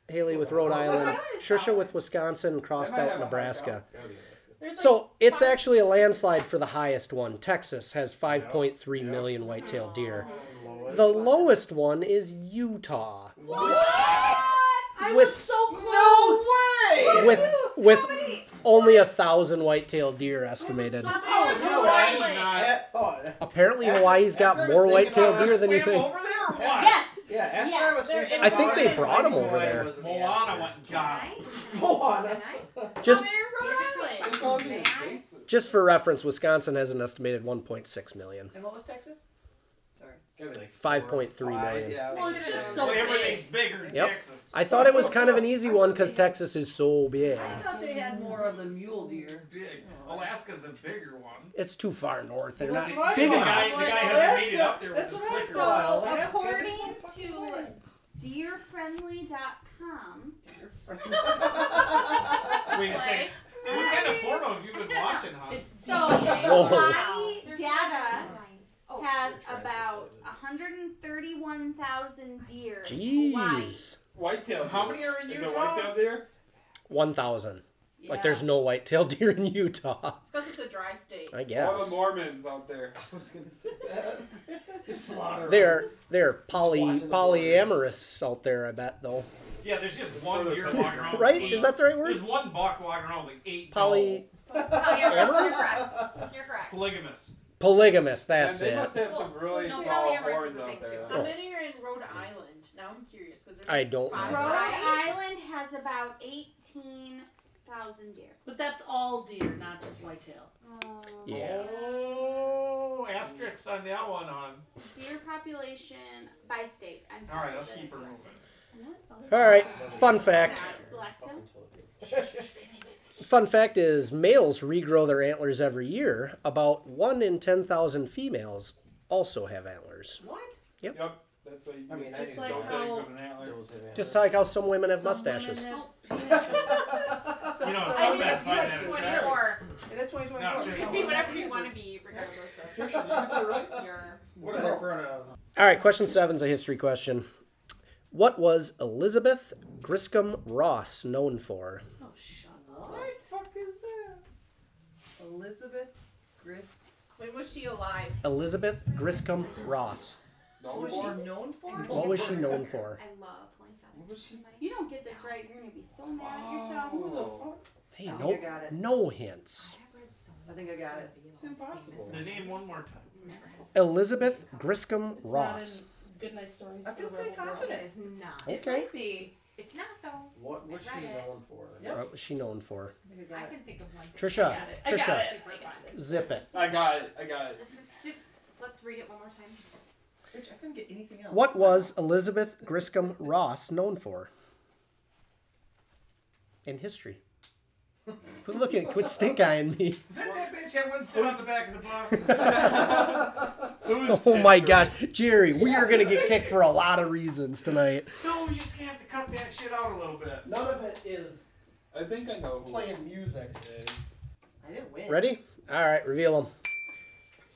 S3: Haley with Rhode Island.
S8: Island is
S3: Trisha
S8: solid.
S3: with Wisconsin. Crossed
S10: They might
S3: out
S10: have a high
S3: Nebraska.
S10: balance.
S4: It's gotta be Alaska.
S9: There's like
S3: So it's
S9: five-
S3: actually a landslide for the highest one. Texas has
S10: Yeah.
S3: 5.3 million
S10: Yeah.
S3: white-tailed deer.
S9: Oh,
S4: Lowest.
S3: Oh. The lowest one is Utah
S5: I
S3: With-
S5: was so close.
S4: No way!
S3: with with only a thousand white-tailed deer estimated.
S2: How Oh, is Hawaii
S9: Hawaii.
S2: not?
S4: At- oh, yeah,
S3: Apparently Hawaii's got
S4: After
S3: more
S4: thinking
S3: white-tailed
S4: about
S3: deer
S4: this,
S3: than you
S2: Swam
S3: think.
S2: over there or what?
S5: Yes.
S4: yeah, after
S5: Yeah,
S4: I was
S9: they're
S4: thinking
S9: in
S4: about
S9: I think they
S4: it, I
S3: brought 'em
S4: knew
S3: over
S4: that
S3: there.
S4: wasn't the
S2: Moana
S4: answer.
S2: went and got him.
S4: [LAUGHS] Moana.
S3: Just
S9: Rhode
S4: Moana.
S9: Island.
S3: just for reference, Wisconsin has an estimated 1.6 million.
S6: did. And what was Texas? Sorry.
S4: Gotta be like four,
S3: 5.3
S4: five,
S3: million.
S4: yeah,
S5: Well,
S4: like
S5: it's
S4: that.
S5: just
S2: Well,
S5: so
S2: everything's bigger in
S3: Yep.
S2: Texas.
S3: I thought it was kind of an easy one because Texas is so big.
S6: I thought they had more of the mule deer.
S2: Big. Alaska's a bigger one.
S3: It's too far north. They're
S4: Well,
S3: not
S4: that's what I
S3: big
S2: the
S4: thought.
S3: enough.
S2: guy, the guy hasn't made it up there
S4: That's
S2: with
S4: what I
S2: his liquor.
S4: thought. Well,
S7: So,
S4: that's good.
S7: according to
S5: [LAUGHS]
S7: deerfriendly.com,
S2: Wait a second. What kind of porno have you been watching, huh?
S5: It's
S7: so
S3: Whoa.
S7: Hawaii data has
S4: They're trying to
S3: Oh,
S4: [LAUGHS]
S7: about
S4: support it.
S7: 131,000 deer. in Hawaii.
S3: Jeez.
S10: White-tailed.
S2: How
S10: deer.
S2: many are in
S10: Is it
S2: Utah?
S10: white-tailed deer?
S3: 1,000. Like
S5: Yeah.
S3: there's no white-tailed deer in Utah.
S9: It's because it's a dry state.
S3: I
S10: All the
S3: guess.
S10: Mormons out there.
S4: I was gonna say that. Just slaughter.
S3: They're they're poly
S4: watching the
S3: polyamorous out there, I bet though.
S2: Yeah, there's just one deer
S10: [LAUGHS]
S2: walking around. with
S3: Right?
S2: eight-
S3: Is that the right
S2: There's
S3: word?
S2: one buck walking around with eight.
S3: Poly
S8: Oh, you're
S3: Amorous?
S8: correct. You're correct.
S2: doll- polygamous.
S3: polygamous. [LAUGHS] That's
S10: and they
S3: it.
S10: must have some really
S9: No,
S10: small
S8: polyamorous is a
S10: horns out
S8: thing,
S10: there.
S8: too.
S9: How many are in Rhode Island? Now I'm curious because there's
S3: I don't
S9: five.
S3: know.
S7: Rhode
S8: Right?
S7: Island has about 18,000 deer.
S5: But that's all deer, not just whitetail.
S7: Oh.
S3: Yeah.
S2: Oh, asterisk on that one, hon.
S7: Deer population by state. I'm
S2: All right, let's
S7: sorry.
S2: keep her moving.
S3: All right. Fun fact.
S7: Blacktail?
S3: Fun fact is males regrow their antlers every year. About one in ten thousand females also have antlers.
S6: What?
S10: Yep, that's what you do.
S4: I mean, I
S5: Just
S4: didn't
S5: like
S4: know
S10: Don't
S4: that
S5: how-
S10: think of an antler.
S4: those had
S3: Just
S4: antlers.
S3: like how some women have
S5: Some
S3: mustaches.
S5: women have penises.
S2: [LAUGHS] You know,
S9: I
S2: some
S9: think
S2: best
S9: it's
S2: find
S9: twenty
S2: that
S9: twenty
S2: attractive.
S9: four.
S6: It is 2024.
S2: No,
S9: You
S2: just-
S9: can be whatever you want to be, regardless
S4: Trish,
S9: of
S4: you got that right?
S9: your.
S4: What are their pronouns?
S3: All right, question seven's a history question. What was Elizabeth Griscom Ross known for?
S5: oh, shut up.
S6: What the fuck is that? Elizabeth Gris.
S9: When was she alive?
S3: Elizabeth Griscom Ross.
S6: What
S10: Don't
S6: was she
S10: born.
S6: known for?
S3: What was she known for?
S8: I love playing
S4: What was she-
S7: You don't get this right, you're gonna be so mad at
S4: Who the
S7: yourself.
S4: fuck?
S3: Hey,
S6: I
S3: no,
S6: think I got it.
S3: no hints.
S6: I think I got it.
S4: It's impossible.
S2: The name one more time.
S3: Elizabeth Griscom Ross.
S5: It's not in Good night stories.
S6: I feel
S5: for
S6: pretty
S5: Rebel Girls.
S6: confident.
S8: It is not.
S5: It
S3: Okay.
S5: might be.
S8: It's not though.
S4: What was
S8: Right.
S4: she known for?
S6: Yep.
S3: What was Oh, she known for?
S6: I think I got
S8: I
S6: it.
S8: can think of one.
S3: Trisha,
S8: I got it.
S3: I got Trisha.
S8: Super fun.
S3: Zip it.
S10: I got it. I got it.
S8: This is just. Let's read it one more time.
S6: Rich, I couldn't get anything else.
S3: What was Elizabeth Griscom Ross known for? In history. Quit looking, quit stink eyeing me. [LAUGHS]
S2: Is that that bitch that wouldn't sit on the back of the bus? Who's
S3: Oh my gosh. Jerry, we are going to get kicked for a lot of reasons tonight.
S2: [LAUGHS] No, we just have to cut that shit out a little bit.
S3: None of it is
S10: I think I know who
S3: music.
S10: it is.
S6: I didn't win.
S3: Ready? All right, reveal them.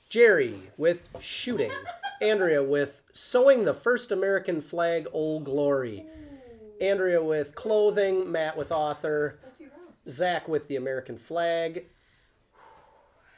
S3: Jerry with shooting. Andrea with sewing the first American flag, Old Glory. Andrea with clothing. Matt with author.
S6: That's you, Ross.
S3: Zach with the American flag.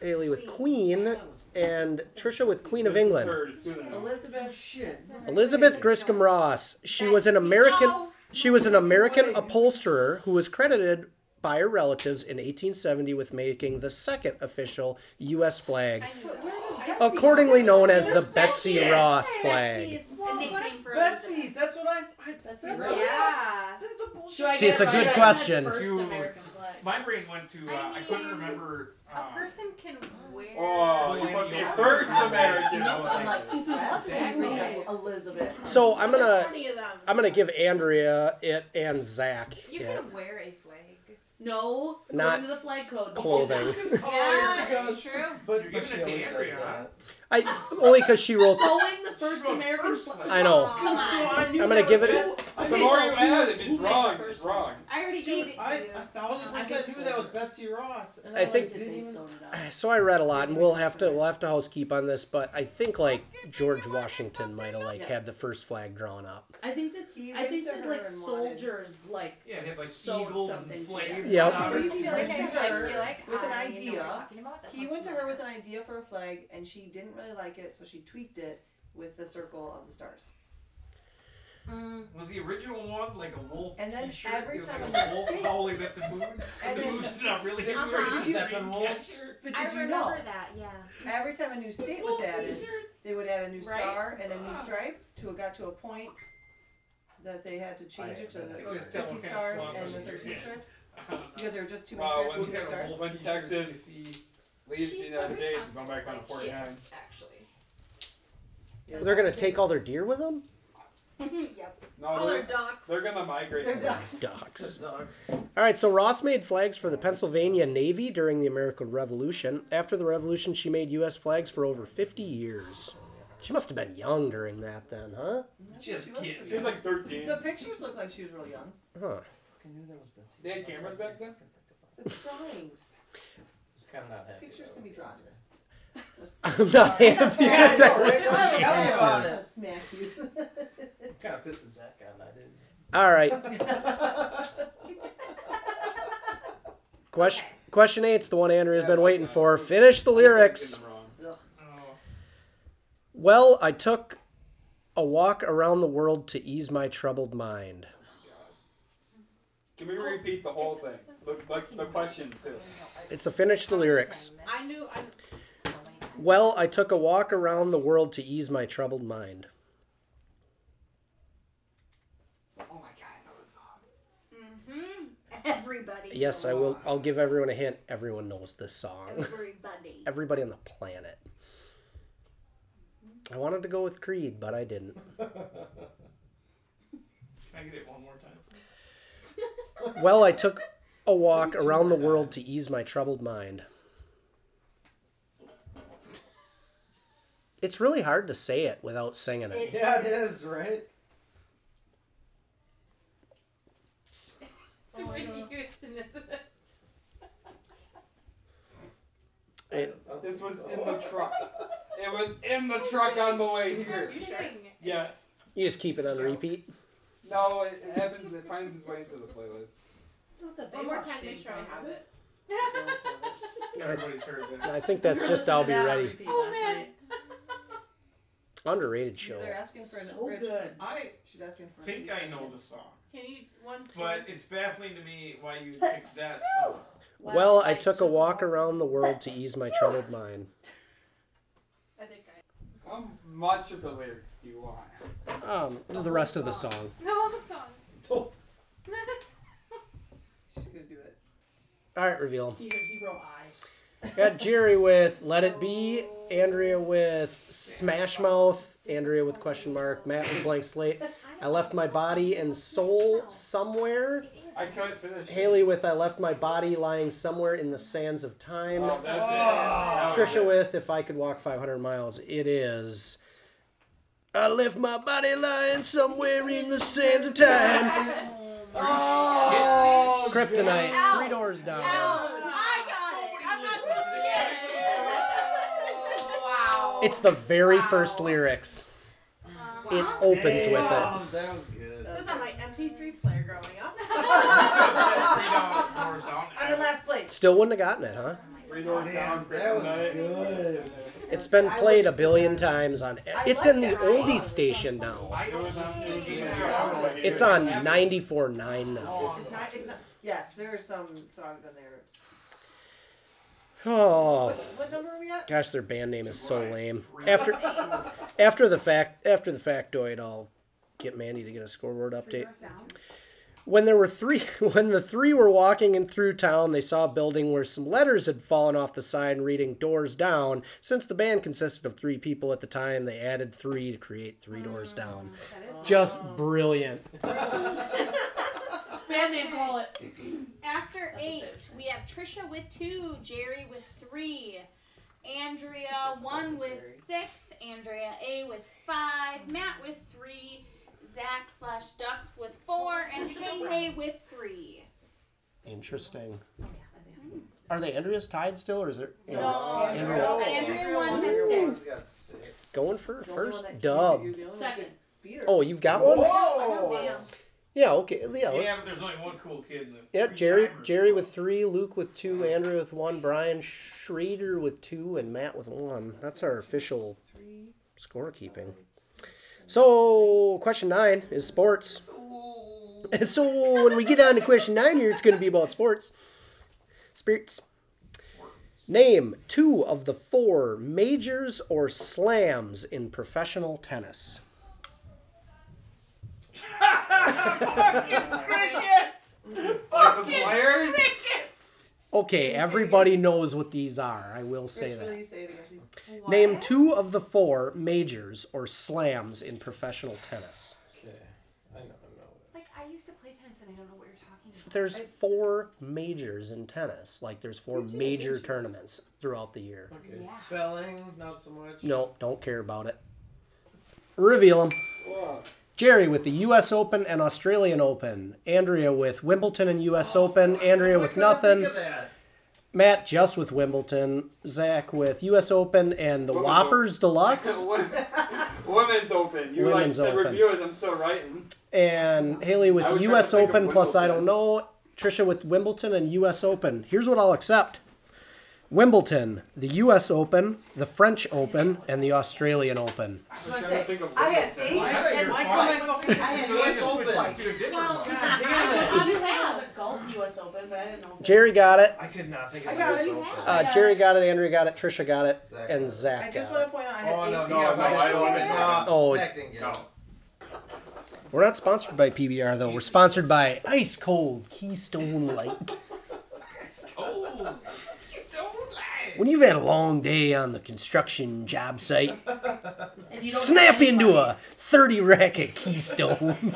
S3: Haley with Queen. And Trisha with Queen of England.
S10: Third, soon enough.
S6: Elizabeth Shit.
S3: Elizabeth Griscom Ross. She was an American. She was an American upholsterer who was credited by her relatives in 1870 with making the second official U.S. flag,
S8: I knew
S6: But
S8: it.
S6: where does Betsy?
S3: accordingly known as the
S6: Where's
S3: Betsy Ross flag.
S8: It's
S6: Well,
S8: a
S6: what
S8: nickname
S6: if
S8: for
S6: Betsy,
S8: Elizabeth.
S6: that's what I. I
S5: Betsy
S6: that's
S5: Ross.
S6: A,
S8: Yeah.
S6: That's a bullshit.
S5: Do I
S3: See, it's a
S5: guess
S3: good
S5: I-
S4: [LAUGHS]
S3: question.
S5: First
S2: Dude.
S5: American flag.
S2: My brain went to, uh, I, couldn't
S8: mean,
S2: remember. Uh,
S8: A person can wear.
S10: Oh, you put me
S2: Millennial.
S10: first American. I was
S6: I'm
S10: like,
S6: like, that's
S5: Exactly.
S6: real Elizabeth.
S3: So I'm
S9: There's
S3: gonna
S9: Twenty of them.
S3: I'm gonna give Andrea it and Zach
S8: You
S3: it.
S8: can wear a flag.
S5: No,
S3: Not
S5: according to the flag code.
S3: clothing.
S8: yeah,
S4: Oh, she
S8: it's true.
S4: But,
S2: You're
S4: but
S2: giving
S4: she
S2: it to
S4: always does
S2: Andrea,
S4: that.
S3: I only because she wrote.
S5: Sewing the first
S2: wrote
S5: American
S2: first
S5: flag.
S2: flag.
S3: I know.
S5: Come on.
S3: I'm gonna give it.
S10: the more you add, if it's wrong, it's wrong.
S5: I already gave it
S4: I,
S5: to you.
S4: a thousand
S5: I
S4: percent
S5: think
S4: knew that
S5: so.
S4: was Betsy Ross. And
S3: I
S4: I'm
S3: think-
S4: Like, didn't even,
S3: [SIGHS] So I read a lot, and we'll have to we'll have to housekeep on this. But I think like George Washington might have like had the first flag drawn up.
S5: I think that
S6: He
S5: I think
S6: went to
S5: that
S6: her
S5: like
S6: and wanted-
S5: soldiers like
S2: yeah, it had like
S5: Sewed
S2: eagles
S5: something
S2: and flames.
S5: together.
S3: Yep.
S2: on it.
S8: I feel like I I feel like
S6: With an
S8: I know what
S6: idea.
S8: you're talking about. That
S6: He
S8: sounds
S6: went to her
S8: familiar.
S6: with an idea for a flag, and she didn't really like it, so she tweaked it with the circle of the stars.
S8: Mm,
S2: Was the original one like a wolf?
S6: And then
S2: t-shirt?
S6: every
S2: It was
S6: time
S2: like
S6: I
S2: a wolf
S6: state-
S2: howling at the moon. [LAUGHS] And
S6: And
S2: the
S6: then-
S2: moon's not really there.
S8: Uh-huh.
S2: It's a
S4: Steppenwolf.
S2: catcher.
S6: But
S8: I
S6: did you
S8: remember
S6: know?
S8: that. Yeah.
S6: Every time a new state was added, they would add a new
S8: Right?
S6: star and a new stripe to it got to a point that they had to change it to
S4: I-
S6: the
S4: I
S2: just don't
S6: fifty
S2: kinda
S6: stars
S2: slump
S6: and the
S2: when you
S6: thirteen
S2: get-
S6: strips
S2: I don't know.
S6: because there were just too many
S10: Wow,
S6: strips
S10: when
S6: and
S2: we
S6: too
S2: had a
S6: many stars.
S2: wolf-
S10: when
S2: T-shirts to
S10: Texas
S2: see.
S10: leaves the
S8: She's
S10: United
S8: so
S10: States, it's going back down
S8: responsible,
S10: to
S8: like,
S10: 49.
S8: yes, Actually.
S3: They're gonna take all their deer with them.
S7: yep.
S10: No,
S9: Oh, they're
S10: they're,
S9: ducks.
S10: they're gonna migrate.
S6: They're
S10: them.
S6: ducks.
S3: Ducks.
S4: Dogs.
S3: All right, so Ross made flags for the Pennsylvania Navy during the American Revolution. After the Revolution, she made U.S. flags for over 50 years. She must have been young during that then, huh?
S2: Just
S6: She was
S2: kidding.
S10: She was like 13.
S6: The pictures looked like she was real young.
S3: Huh. [LAUGHS]
S4: I knew that was Betsy.
S10: They had
S4: Ross.
S10: cameras back then?
S6: The drawings. [LAUGHS]
S4: Kind of not happy.
S6: Pictures
S4: that
S6: can be
S4: was
S6: drawn.
S4: Betsy.
S3: I'm not
S4: [LAUGHS]
S3: happy
S6: Yeah,
S3: that that
S4: I know,
S6: [LAUGHS]
S3: was
S4: right?
S3: the
S4: Yeah, I
S3: answer.
S4: know.
S6: I'm gonna smack you.
S4: I'm kind of pissed at Zach on that, didn't
S3: All right, question, question eight's the one Andrea's been waiting for. Finish the lyrics.
S2: Oh.
S3: Well, I took a walk around the world to ease my troubled mind.
S10: Can we repeat the whole thing? The, the, the questions too.
S3: It's to finish the lyrics.
S9: I knew. I,
S3: Well, I took a walk around the world to ease my troubled mind.
S10: Oh my god, I know this song.
S7: Mm-hmm. Everybody.
S3: Yes, I will. I'll give everyone a hint. Everyone knows this
S5: [LAUGHS]
S3: song.
S7: Everybody.
S3: Everybody on the planet. I wanted to go with Creed, but I didn't.
S2: Can I get it one more time?
S3: Well, I took a walk around the world to ease my troubled mind. It's really hard to say it without singing it.
S4: Yeah, it is, right?
S8: It's Whitney Houston, isn't it?
S3: It-
S4: I don't
S10: This
S4: think
S10: was
S4: so.
S10: in the truck. It was in the truck on the way
S8: Are
S10: here.
S9: [LAUGHS]
S8: you [LAUGHS] kidding?
S10: Yeah.
S8: It's-
S3: You just keep it on repeat.
S10: No, it, it happens. It finds its way into the playlist.
S5: It's not the
S9: one more
S5: Baywatch
S9: time,
S5: theme
S9: make sure I
S5: song,
S9: have
S5: is
S9: it.
S2: Everybody's heard that.
S3: And I think that's
S5: We were
S3: just I'll be
S5: listening to that on
S3: ready.
S5: repeat
S9: Oh,
S5: last
S9: man.
S5: night.
S3: Underrated show.
S6: They're asking for an
S5: So
S6: Rich,
S5: good.
S2: I
S6: She's asking for. an
S2: think
S6: East
S2: I know
S6: Indian.
S2: the song,
S9: Can you one two?
S2: but it's baffling to me why
S6: [LAUGHS]
S2: you picked that song. [LAUGHS]
S3: Well, I took a walk around the world to ease my troubled mind.
S9: I think I.
S10: How much of the lyrics do you want?
S3: Um, the rest of the song.
S8: No, the song.
S3: All right, reveal.
S9: He, he wrote I.
S3: Got Jerry with Let It Be, Andrea with Smash Mouth, Andrea with question mark, Matt with blank slate. I left my body and soul somewhere.
S10: I can't finish.
S3: Haley with I left my body lying somewhere in the sands of time.
S10: Oh, that's it. That was
S3: Trisha
S10: it.
S3: with If I Could Walk 500 Miles. It is. I left my body lying somewhere in the sands of time.
S2: Oh,
S4: [LAUGHS]
S3: Kryptonite, three doors down.
S6: Oh,
S7: I got it. I'm not supposed to get it.
S4: [LAUGHS]
S9: Wow.
S3: It's the very first lyrics. It
S8: Um,
S3: opens with it.
S4: Oh, that was good.
S9: [LAUGHS] This is on my MP3 player growing [LAUGHS] up.
S6: [LAUGHS]
S2: Three down, doors down.
S6: I'm in last place.
S3: Still wouldn't have gotten it, huh?
S10: Three doors down.
S4: Damn, that was
S10: Kryptonite.
S4: [LAUGHS] good.
S3: It's been played a billion times on. It's in the oldies station now.
S2: I don't listen to James
S3: It's on 94.9 now.
S6: It's not. It's not. Yes, there are some songs on there.
S3: Oh
S6: What, what number are we at?
S3: gosh, their band name is so lame. After after the fact after the factoid, I'll get Mandy to get a scoreboard update. When there were three, [LAUGHS] when the three were walking in through town, they saw a building where some letters had fallen off the sign reading "Doors Down." Since the band consisted of three people at the time, they added three to create Three Doors Down. Just brilliant.
S5: Band name, call it.
S7: [CLEARS THROAT] After
S8: That's
S7: eight,
S8: embarrassing.
S7: we have Trisha with two, Jerry with three, Andrea one with six, Andrea A with five, Matt with three, Zach slash Ducks with four, and Hey Hey with three.
S3: Interesting. Are they Andrea's tied still, or is there
S7: No,
S3: Andrea-
S7: Andrea, Andrea one has
S6: Andrea
S7: six.
S4: One's got six.
S3: going for
S6: The only
S3: first
S6: one that-
S3: dub?
S6: you're the only one that
S5: Second.
S6: beat her.
S3: Oh, you've got one.
S10: Oh,
S4: Whoa!
S3: Yeah. Okay. Yeah.
S2: Yeah,
S3: Let's,
S2: but there's only one cool kid in the.
S3: yeah.
S2: three
S3: Jerry.
S2: timers.
S3: Jerry with three. Luke with two. Andrew with one. Brian Schrader with two, and Matt with one. That's our official scorekeeping. So question nine is sports. [LAUGHS] So when we get on to question nine here, it's going to be about sports. Spirits. Name two of the four majors or slams in professional tennis.
S10: Like the players?
S3: Okay, everybody knows what these are. I will say
S6: Rich, will
S3: that.
S6: you say it again, please?
S3: Name two of the four majors or slams in professional tennis.
S4: Okay, I know, I know.
S8: Like I used to play tennis and I don't know what you're talking about.
S3: There's four majors in tennis. Like there's four major tournaments throughout the year.
S4: Okay,
S8: Yeah.
S4: spelling, not so much.
S3: No, don't care about it. Reveal them. Jerry with the U.S. Open and Australian Open. Andrea with Wimbledon and U.S.
S4: Oh,
S3: Open. Andrea with nothing.
S4: Look at that.
S3: Matt just with Wimbledon. Zach with U.S. Open and the
S10: Wimbledon.
S3: Whoppers
S10: [LAUGHS]
S3: Deluxe.
S10: Women's open. You
S3: Women's
S10: like
S3: open.
S10: the reviewers? I'm still writing.
S3: and Haley with
S10: I was trying
S3: U.S.
S10: to think of
S3: Open plus I don't
S10: Wimbledon.
S3: know. Trisha with Wimbledon and U.S. Open. Here's what I'll accept: Wimbledon, the U.S. Open, the French Open, and the Australian Open.
S6: I, just
S10: I'm
S6: wanna
S10: trying to
S6: say,
S10: think of
S6: I had ace
S10: Wimbledon.
S2: I thought you
S6: and
S2: were
S6: I
S2: fine.
S6: called my fucking.
S2: So
S6: I had
S2: they
S6: ace
S2: just switched,
S6: open.
S2: like, to a different [LAUGHS]
S5: Well,
S2: one.
S6: God
S5: I
S6: damn it.
S5: would just say it was a golf U.S. Open, but I didn't know. if it
S3: Jerry got it.
S4: I could not think
S6: I
S4: of
S6: got
S4: this
S6: it.
S4: open.
S5: Yeah.
S3: Uh, Jerry got it. Andrea got it. Trisha got it.
S4: Zach got
S3: Uh, And
S4: it.
S6: I
S3: Zach
S6: just
S3: got
S6: want
S3: it.
S6: to point out I had
S4: Oh,
S6: ace
S4: no,
S6: and
S4: no, no,
S10: no, I
S4: it's open.
S10: don't want to-
S4: No,
S3: Oh,
S4: Zach didn't get it.
S10: No.
S3: We're not sponsored by PBR though. We're sponsored by Ice Cold Keystone
S6: [LAUGHS]
S3: Light.
S2: Oh,
S3: When you've had a long day on the construction job site,
S5: was- and you don't
S3: snap
S5: have
S3: into a 30 rack of Keystone.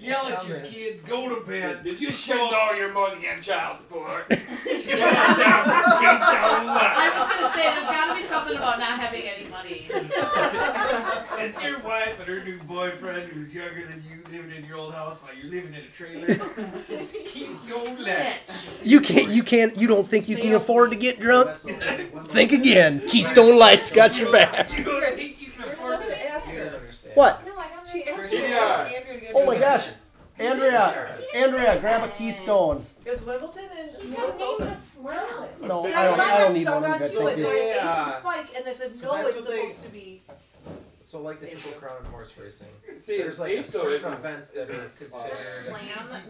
S2: yell at your kids. Go to bed.
S10: Did you spend all your money on child
S6: [LAUGHS]
S10: support? Get yourself- get your
S5: I
S10: life.
S5: was gonna say there's gotta be something about not having any money.
S2: It's your wife and her new boyfriend who's younger than you, living in your old house while you're living in a
S5: [LAUGHS]
S2: trailer. Keystone Lake.
S5: Bitch.
S3: You can't. You can't. You don't think you can
S5: Fail.
S3: afford to get drunk?
S4: West open. Wimbledon.
S3: Think again. Keystone Lights got your back.
S2: You don't think you can
S6: We're
S2: afford
S6: supposed
S2: to?
S6: to ask
S4: You don't
S6: her.
S4: understand.
S3: What?
S9: No, I don't
S6: She
S9: know.
S6: asked, she
S10: Yeah.
S6: asked Andrew to give
S3: Oh my
S6: her-
S3: gosh, Andrea. Andrea, grab a Keystone.
S6: It was Wimbledon and
S8: He said
S6: US
S8: name
S6: Open.
S8: the slam.
S3: No,
S6: That's
S3: I don't.
S6: what
S3: I
S6: got
S3: don't need
S6: stung
S3: one.
S6: on
S3: I'm good,
S6: too.
S3: thank
S6: It's
S3: you.
S6: like ace
S4: Yeah.
S6: and spike, and they said
S4: So
S6: no,
S4: that's
S6: it's
S4: what they-
S6: supposed to be.
S4: So like the Triple Crown and horse racing,
S10: See,
S4: there's like a
S10: ace though
S4: certain
S10: isn't-
S4: events that are considered.
S9: Slam.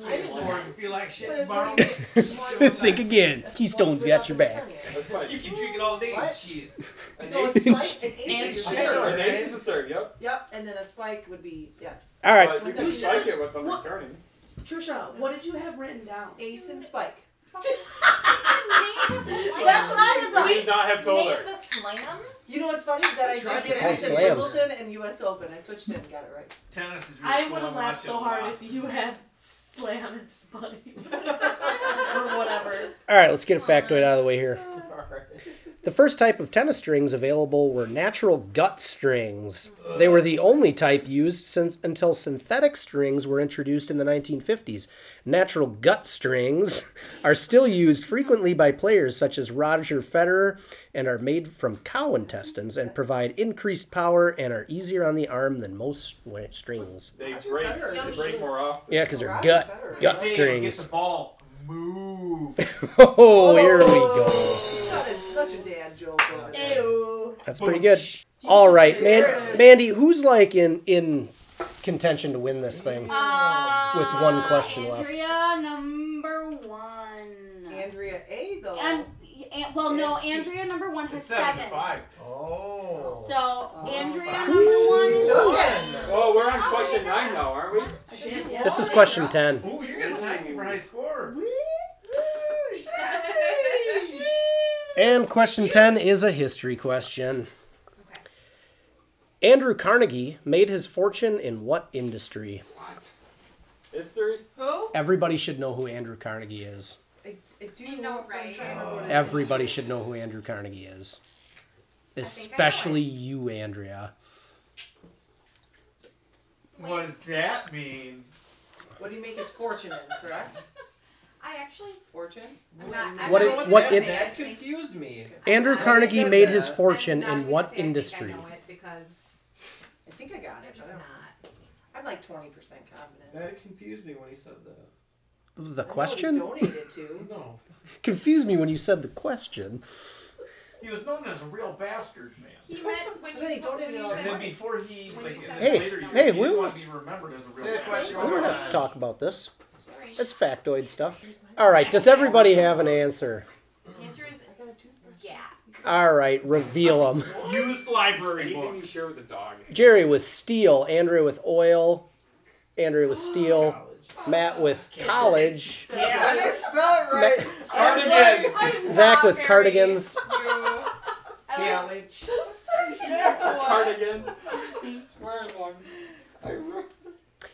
S2: I didn't afford to feel like shit tomorrow.
S3: [LAUGHS] Think again. Keystone's got your back.
S10: That's fine.
S2: You can drink it all day and
S6: What?
S2: shit.
S10: An
S6: No, a
S10: ace-
S6: spike, an ace is
S10: a
S6: your
S10: serve,
S6: serve.
S10: An ace is a serve, yep.
S6: Yep, and then a spike would be yes.
S3: All right.
S10: But you can spike it with them
S5: What?
S10: returning.
S5: Trisha, what did you have written down?
S6: Ace and Spike.
S8: [LAUGHS]
S9: That's what I
S6: would like.
S9: You should not have told her.
S6: the slam? You know what's funny is that I,
S9: Tried
S6: did get
S3: to
S6: it. I said
S3: call slams.
S6: Wimbledon and U.S. Open. I switched it and got it right.
S2: Tennis is really
S5: I
S2: cool.
S5: would have
S2: I
S5: laughed
S2: watch it
S5: so
S2: a
S5: hard
S2: lot.
S5: if you had slam and spike or whatever.
S3: All right, let's get a factoid out of the way here. The first type of tennis strings available were natural gut strings. They were the only type used since until synthetic strings were introduced in the 1950s. Natural gut strings [LAUGHS] are still used frequently by players such as Roger Federer and are made from cow intestines and provide increased power and are easier on the arm than most str- strings.
S10: They break. They break more often.
S3: Yeah, because they're
S10: Roger
S3: gut [LAUGHS] gut
S2: Say, Get
S3: strings.
S2: the ball. Move.
S3: Oh, here we go.
S6: Such a, such a dad joke. Over there.
S3: That's pretty good. All right, man, Mandy, who's like in in contention to win this thing with one
S5: Uh,
S3: question left?
S7: Andrea number one.
S6: Andrea A though.
S7: And, and well, no, Andrea number one has
S2: It's seven,
S7: seven.
S2: to five.
S4: Oh.
S7: So Andrea number one is
S4: Woo.
S10: Oh, we're on question nine now, aren't we?
S5: Shit, yeah.
S3: This is question ten.
S2: Ooh, you're gonna thank me for high score.
S6: [LAUGHS]
S3: And question 10 is a history question. Andrew Carnegie made his fortune in what industry?
S10: History.
S9: Who?
S3: Everybody should know who Andrew Carnegie is.
S6: I, I do
S7: You know, right?
S3: Everybody should know who Andrew Carnegie is. Especially you, Andrea.
S2: What does that mean?
S6: What do you make his fortune in? Correct.
S7: I actually.
S6: Fortune.
S9: I'm not, I'm
S3: What
S9: not
S3: it-
S9: gonna
S3: what
S9: say
S3: it-
S9: I
S4: That
S9: think-
S4: confused me.
S3: Andrew
S9: I
S3: Carnegie
S6: said
S3: made
S6: that.
S3: his
S9: I'm
S3: fortune
S9: not
S3: in
S9: gonna
S3: what
S9: say I,
S3: industry?
S9: think I know it because
S6: I think I got
S9: I'm
S6: it.
S9: just
S6: I
S9: not.
S6: [LAUGHS] don't know. I'm like twenty percent confident.
S4: That confused me when he said that.
S3: The
S6: I know what he
S3: question?
S6: Donated [LAUGHS] to.
S4: No.
S3: Confused me when you said the question.
S2: He was known as a real bastard man.
S9: He meant when you,
S6: But then he
S9: when
S6: donated
S9: you
S6: all
S2: And then
S9: said
S2: before he,
S9: When
S2: like,
S9: you
S2: in
S9: said
S2: his
S3: Hey,
S2: later years,
S3: hey,
S2: he
S3: we
S2: didn't
S3: were-
S2: want to be remembered as a real
S4: Say the question
S2: bastard.
S4: one
S3: We
S4: more
S3: don't have to
S4: time.
S3: talk about this.
S9: sorry.
S3: It's factoid stuff. All right, does everybody have an answer?
S9: The answer is yeah.
S3: All right, reveal them.
S2: Used library
S10: Anything
S2: book.
S10: you share with the [LAUGHS] dog.
S3: Jerry with steel, Andrea with oil, Andrea with steel, Matt with college,
S4: I [LAUGHS] didn't spell it right.
S2: Cardigan.
S3: Zach with cardigans,
S9: [LAUGHS]
S4: College.
S10: Cardigan. He's wearing one.
S4: I wrote-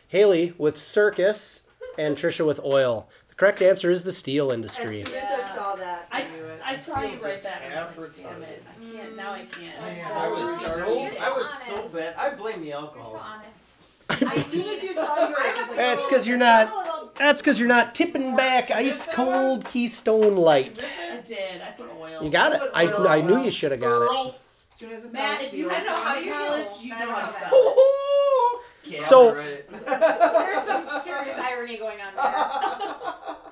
S3: Haley with circus, and Trisha with oil. The correct answer is the steel industry. [LAUGHS]
S6: As soon as I saw that,
S5: I,
S6: I
S5: s-
S6: knew it.
S5: I saw you
S4: People
S5: write
S4: just
S5: that. and I was like,
S4: advertise
S5: damn it.
S4: it.
S5: I can't. Now I can't.
S4: Man, I was so,
S9: She's
S4: I was so
S9: honest.
S4: bad. I blame the
S9: You're so
S4: alcohol.
S9: honest.
S6: As soon as you [LAUGHS] saw yours, I was like,
S3: That's
S6: oh,
S3: 'cause you're
S6: that's
S3: not-
S6: a little-
S3: That's because you're not tipping back ice cold Keystone Light.
S5: I did. I put oil.
S3: You got it. I, I knew you should have got it.
S2: Earl.
S6: As soon as I saw
S5: Matt,
S6: it,
S5: if you
S9: I
S5: had
S9: don't know
S5: gone
S9: how
S5: to
S9: you
S5: college,
S9: know.
S5: you
S9: I don't
S5: know I
S9: know that.
S5: spelled it.
S4: [LAUGHS] Yeah,
S3: So-
S4: right.
S9: There's some
S4: [LAUGHS]
S9: serious irony going on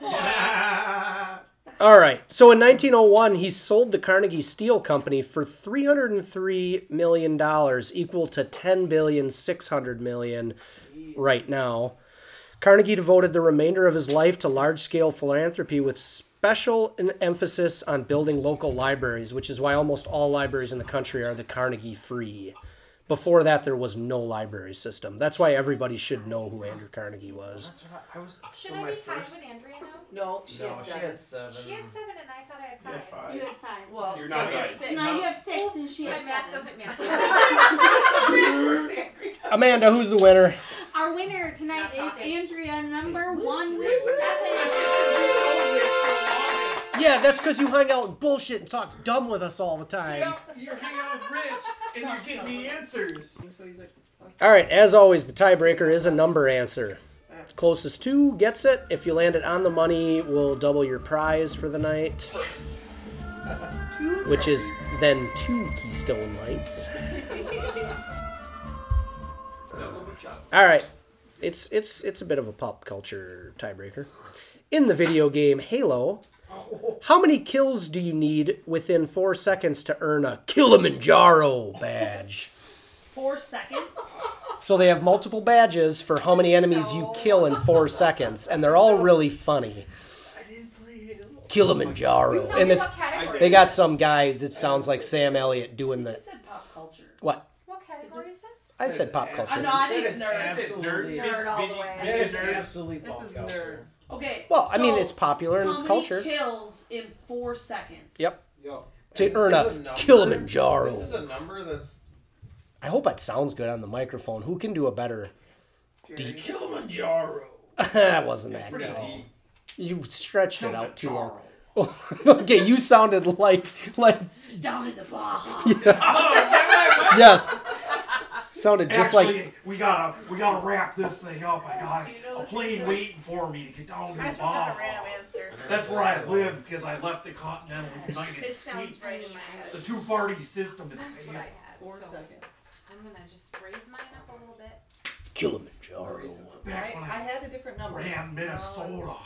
S9: there.
S2: [LAUGHS]
S3: All right. So in 1901, he sold the Carnegie Steel Company for 303 million dollars, equal to 10 billion 600 million [LAUGHS] right now. Carnegie devoted the remainder of his life to large-scale philanthropy with special en- emphasis on building local libraries, which is why almost all libraries in the country are the Carnegie Free. Before that, there was no library system. That's why everybody should know who Andrew Carnegie was.
S4: That's what I, I was.
S9: Should
S4: so
S9: I
S4: my
S9: be tied
S4: first,
S9: with Andrea now?
S6: no, she
S4: No,
S6: had
S4: she
S6: seven.
S4: had seven.
S9: She
S4: [LAUGHS]
S9: had seven and I thought I had
S2: Yeah,
S9: five.
S7: You
S2: five.
S7: had five.
S6: Well,
S10: You're
S6: so
S10: not
S6: I had
S10: right.
S6: six.
S7: now you have six, and she
S9: My
S7: has
S9: math
S7: 7
S9: doesn't matter.
S3: Amanda, who's the winner?
S7: Our winner tonight
S9: Not
S7: is
S9: talking.
S7: Andrea number one with seven.
S3: Yeah, that's because you hung out with bullshit and talked dumb with us all the time.
S2: Yep, you're hanging out with Rich, and you're getting the answers.
S6: So he's like,
S3: All right, as always, the tiebreaker is a number answer. Closest to gets it. If you land it on the money, we'll double your prize for the night, which is then two Keystone Lights. All right, it's it's it's a bit of a pop culture tiebreaker. In the video game Halo,
S4: Oh.
S3: how many kills do you need within four seconds to earn a Kilimanjaro badge?
S5: Four seconds.
S3: So they have multiple badges for how many enemies you kill in four seconds, and they're all really funny. Kilimanjaro, and it's
S9: category.
S3: they got some guy that sounds like Sam Elliott doing
S5: I
S3: the
S5: said pop culture.
S3: what?
S9: What category is this?
S3: I said pop
S5: Uh,
S3: culture.
S5: no, I think
S4: That
S5: it's
S4: is
S5: nerd.
S4: abs- Absolutely.
S2: Nerd,
S5: Nerd all the
S2: big-
S5: way.
S2: big
S4: That is
S2: nerd.
S4: absolutely
S6: This
S4: pop
S6: is
S4: culture.
S5: Okay.
S3: Well, I mean,
S5: so
S3: it's popular and
S5: how
S3: it's
S5: many
S3: culture.
S5: kills in four seconds?
S3: Yep.
S10: Yo,
S3: To
S4: This
S3: earn
S4: is
S3: a
S4: number-
S3: Kilimanjaro.
S4: This is a number that's
S3: I hope that sounds good on the microphone. Who can do a better? [LAUGHS]
S6: Jerry.
S4: Kilimanjaro.
S3: that wasn't that
S2: Pretty
S3: good.
S2: deep.
S3: You stretched it out too long. [LAUGHS] okay, you sounded like like
S6: Down in the Baja.
S2: [LAUGHS] Oh, is that my
S3: yes. Sounded just
S2: Actually,
S3: like
S2: we gotta we gotta wrap this thing up. I got
S9: Do you know
S2: a
S9: what she
S2: plane
S9: said?
S2: waiting for me to get down to the
S9: I just got
S2: Baja.
S9: a random answer.
S2: That's where I live because I left the Continental United
S9: This sounds
S2: States.
S9: right in my head. [LAUGHS]
S2: The two-party system is
S8: That's what I
S2: failed.
S8: had.
S6: Four
S8: so
S6: seconds.
S8: I'm gonna just raise mine up a little bit.
S3: Kilimanjaro.
S2: back
S6: Right?
S2: when
S6: I
S2: I
S6: had a different number.
S2: ran Minnesota.
S8: Oh,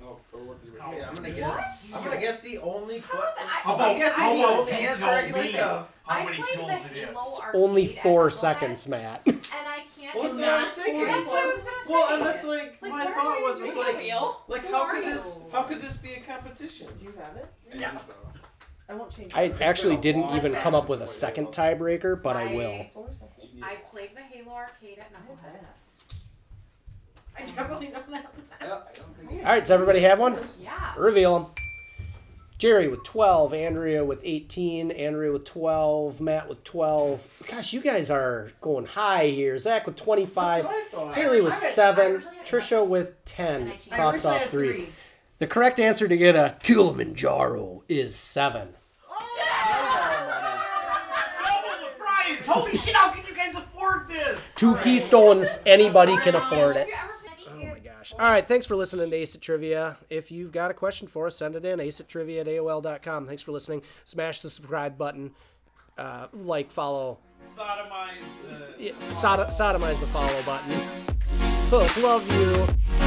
S10: no, go with your
S2: I
S4: Okay,
S2: was
S4: I'm gonna
S2: in
S4: guess. I'm gonna guess the only
S8: How was
S4: question.
S8: I-
S2: How
S8: okay,
S2: about-
S8: yes,
S2: how
S8: I
S2: about
S8: know
S2: you
S8: the answer
S2: tell
S8: I can
S2: me?
S8: think of.
S2: How
S8: I
S2: many
S8: played
S2: kills
S8: the
S2: it is?
S8: Halo arcade
S3: Only
S8: at
S3: four
S8: Blast,
S3: seconds, Matt. [LAUGHS]
S8: And I can't.
S4: Well, that's
S8: do
S4: what I
S8: that.
S4: was thinking.
S8: That's what I was gonna say.
S4: Well, and that's like,
S8: Like,
S4: my
S8: why
S4: thought
S8: would
S4: was
S8: you
S4: it's
S8: do
S4: like,
S9: Neil?
S4: like
S8: Who
S4: how
S8: are
S4: could this
S8: you?
S4: how could this be a competition?
S6: Um, Do you have it?
S10: No.
S6: I won't change
S3: I
S6: it.
S3: actually didn't even come up with a second tiebreaker, but I will.
S6: Four seconds.
S8: I played the Halo arcade at Knuckleheads.
S6: I definitely don't have
S10: I don't think
S3: All right, does everybody have one?
S8: [LAUGHS] Yeah.
S3: Reveal them. Jerry with 12, Andrea with 18, Andrea with 12, Matt with 12. Gosh, you guys are going high here. Zach with 25,
S4: That's what I thought.
S3: Haley with
S8: I read- I
S3: 7,
S8: originally had
S3: Trisha
S8: nuts.
S3: with 10,
S8: And I changed.
S6: I
S3: crossed
S6: originally
S3: off
S6: had
S3: 3.
S6: three.
S3: The correct answer to get a Kilimanjaro is 7.
S8: Oh!
S2: Double the price! Holy shit! How can you guys afford this?
S3: Two keystones, anybody can afford it.
S8: Have you ever
S3: Oh my gosh. All right, thanks for listening to Ace at Trivia. If you've got a question for us, send it in ace at trivia at AOL.com. Thanks for listening. Smash the subscribe button. Uh, like, follow,
S2: Sodomize the.
S3: yeah, sod- sodomize the follow button. Hook, love you.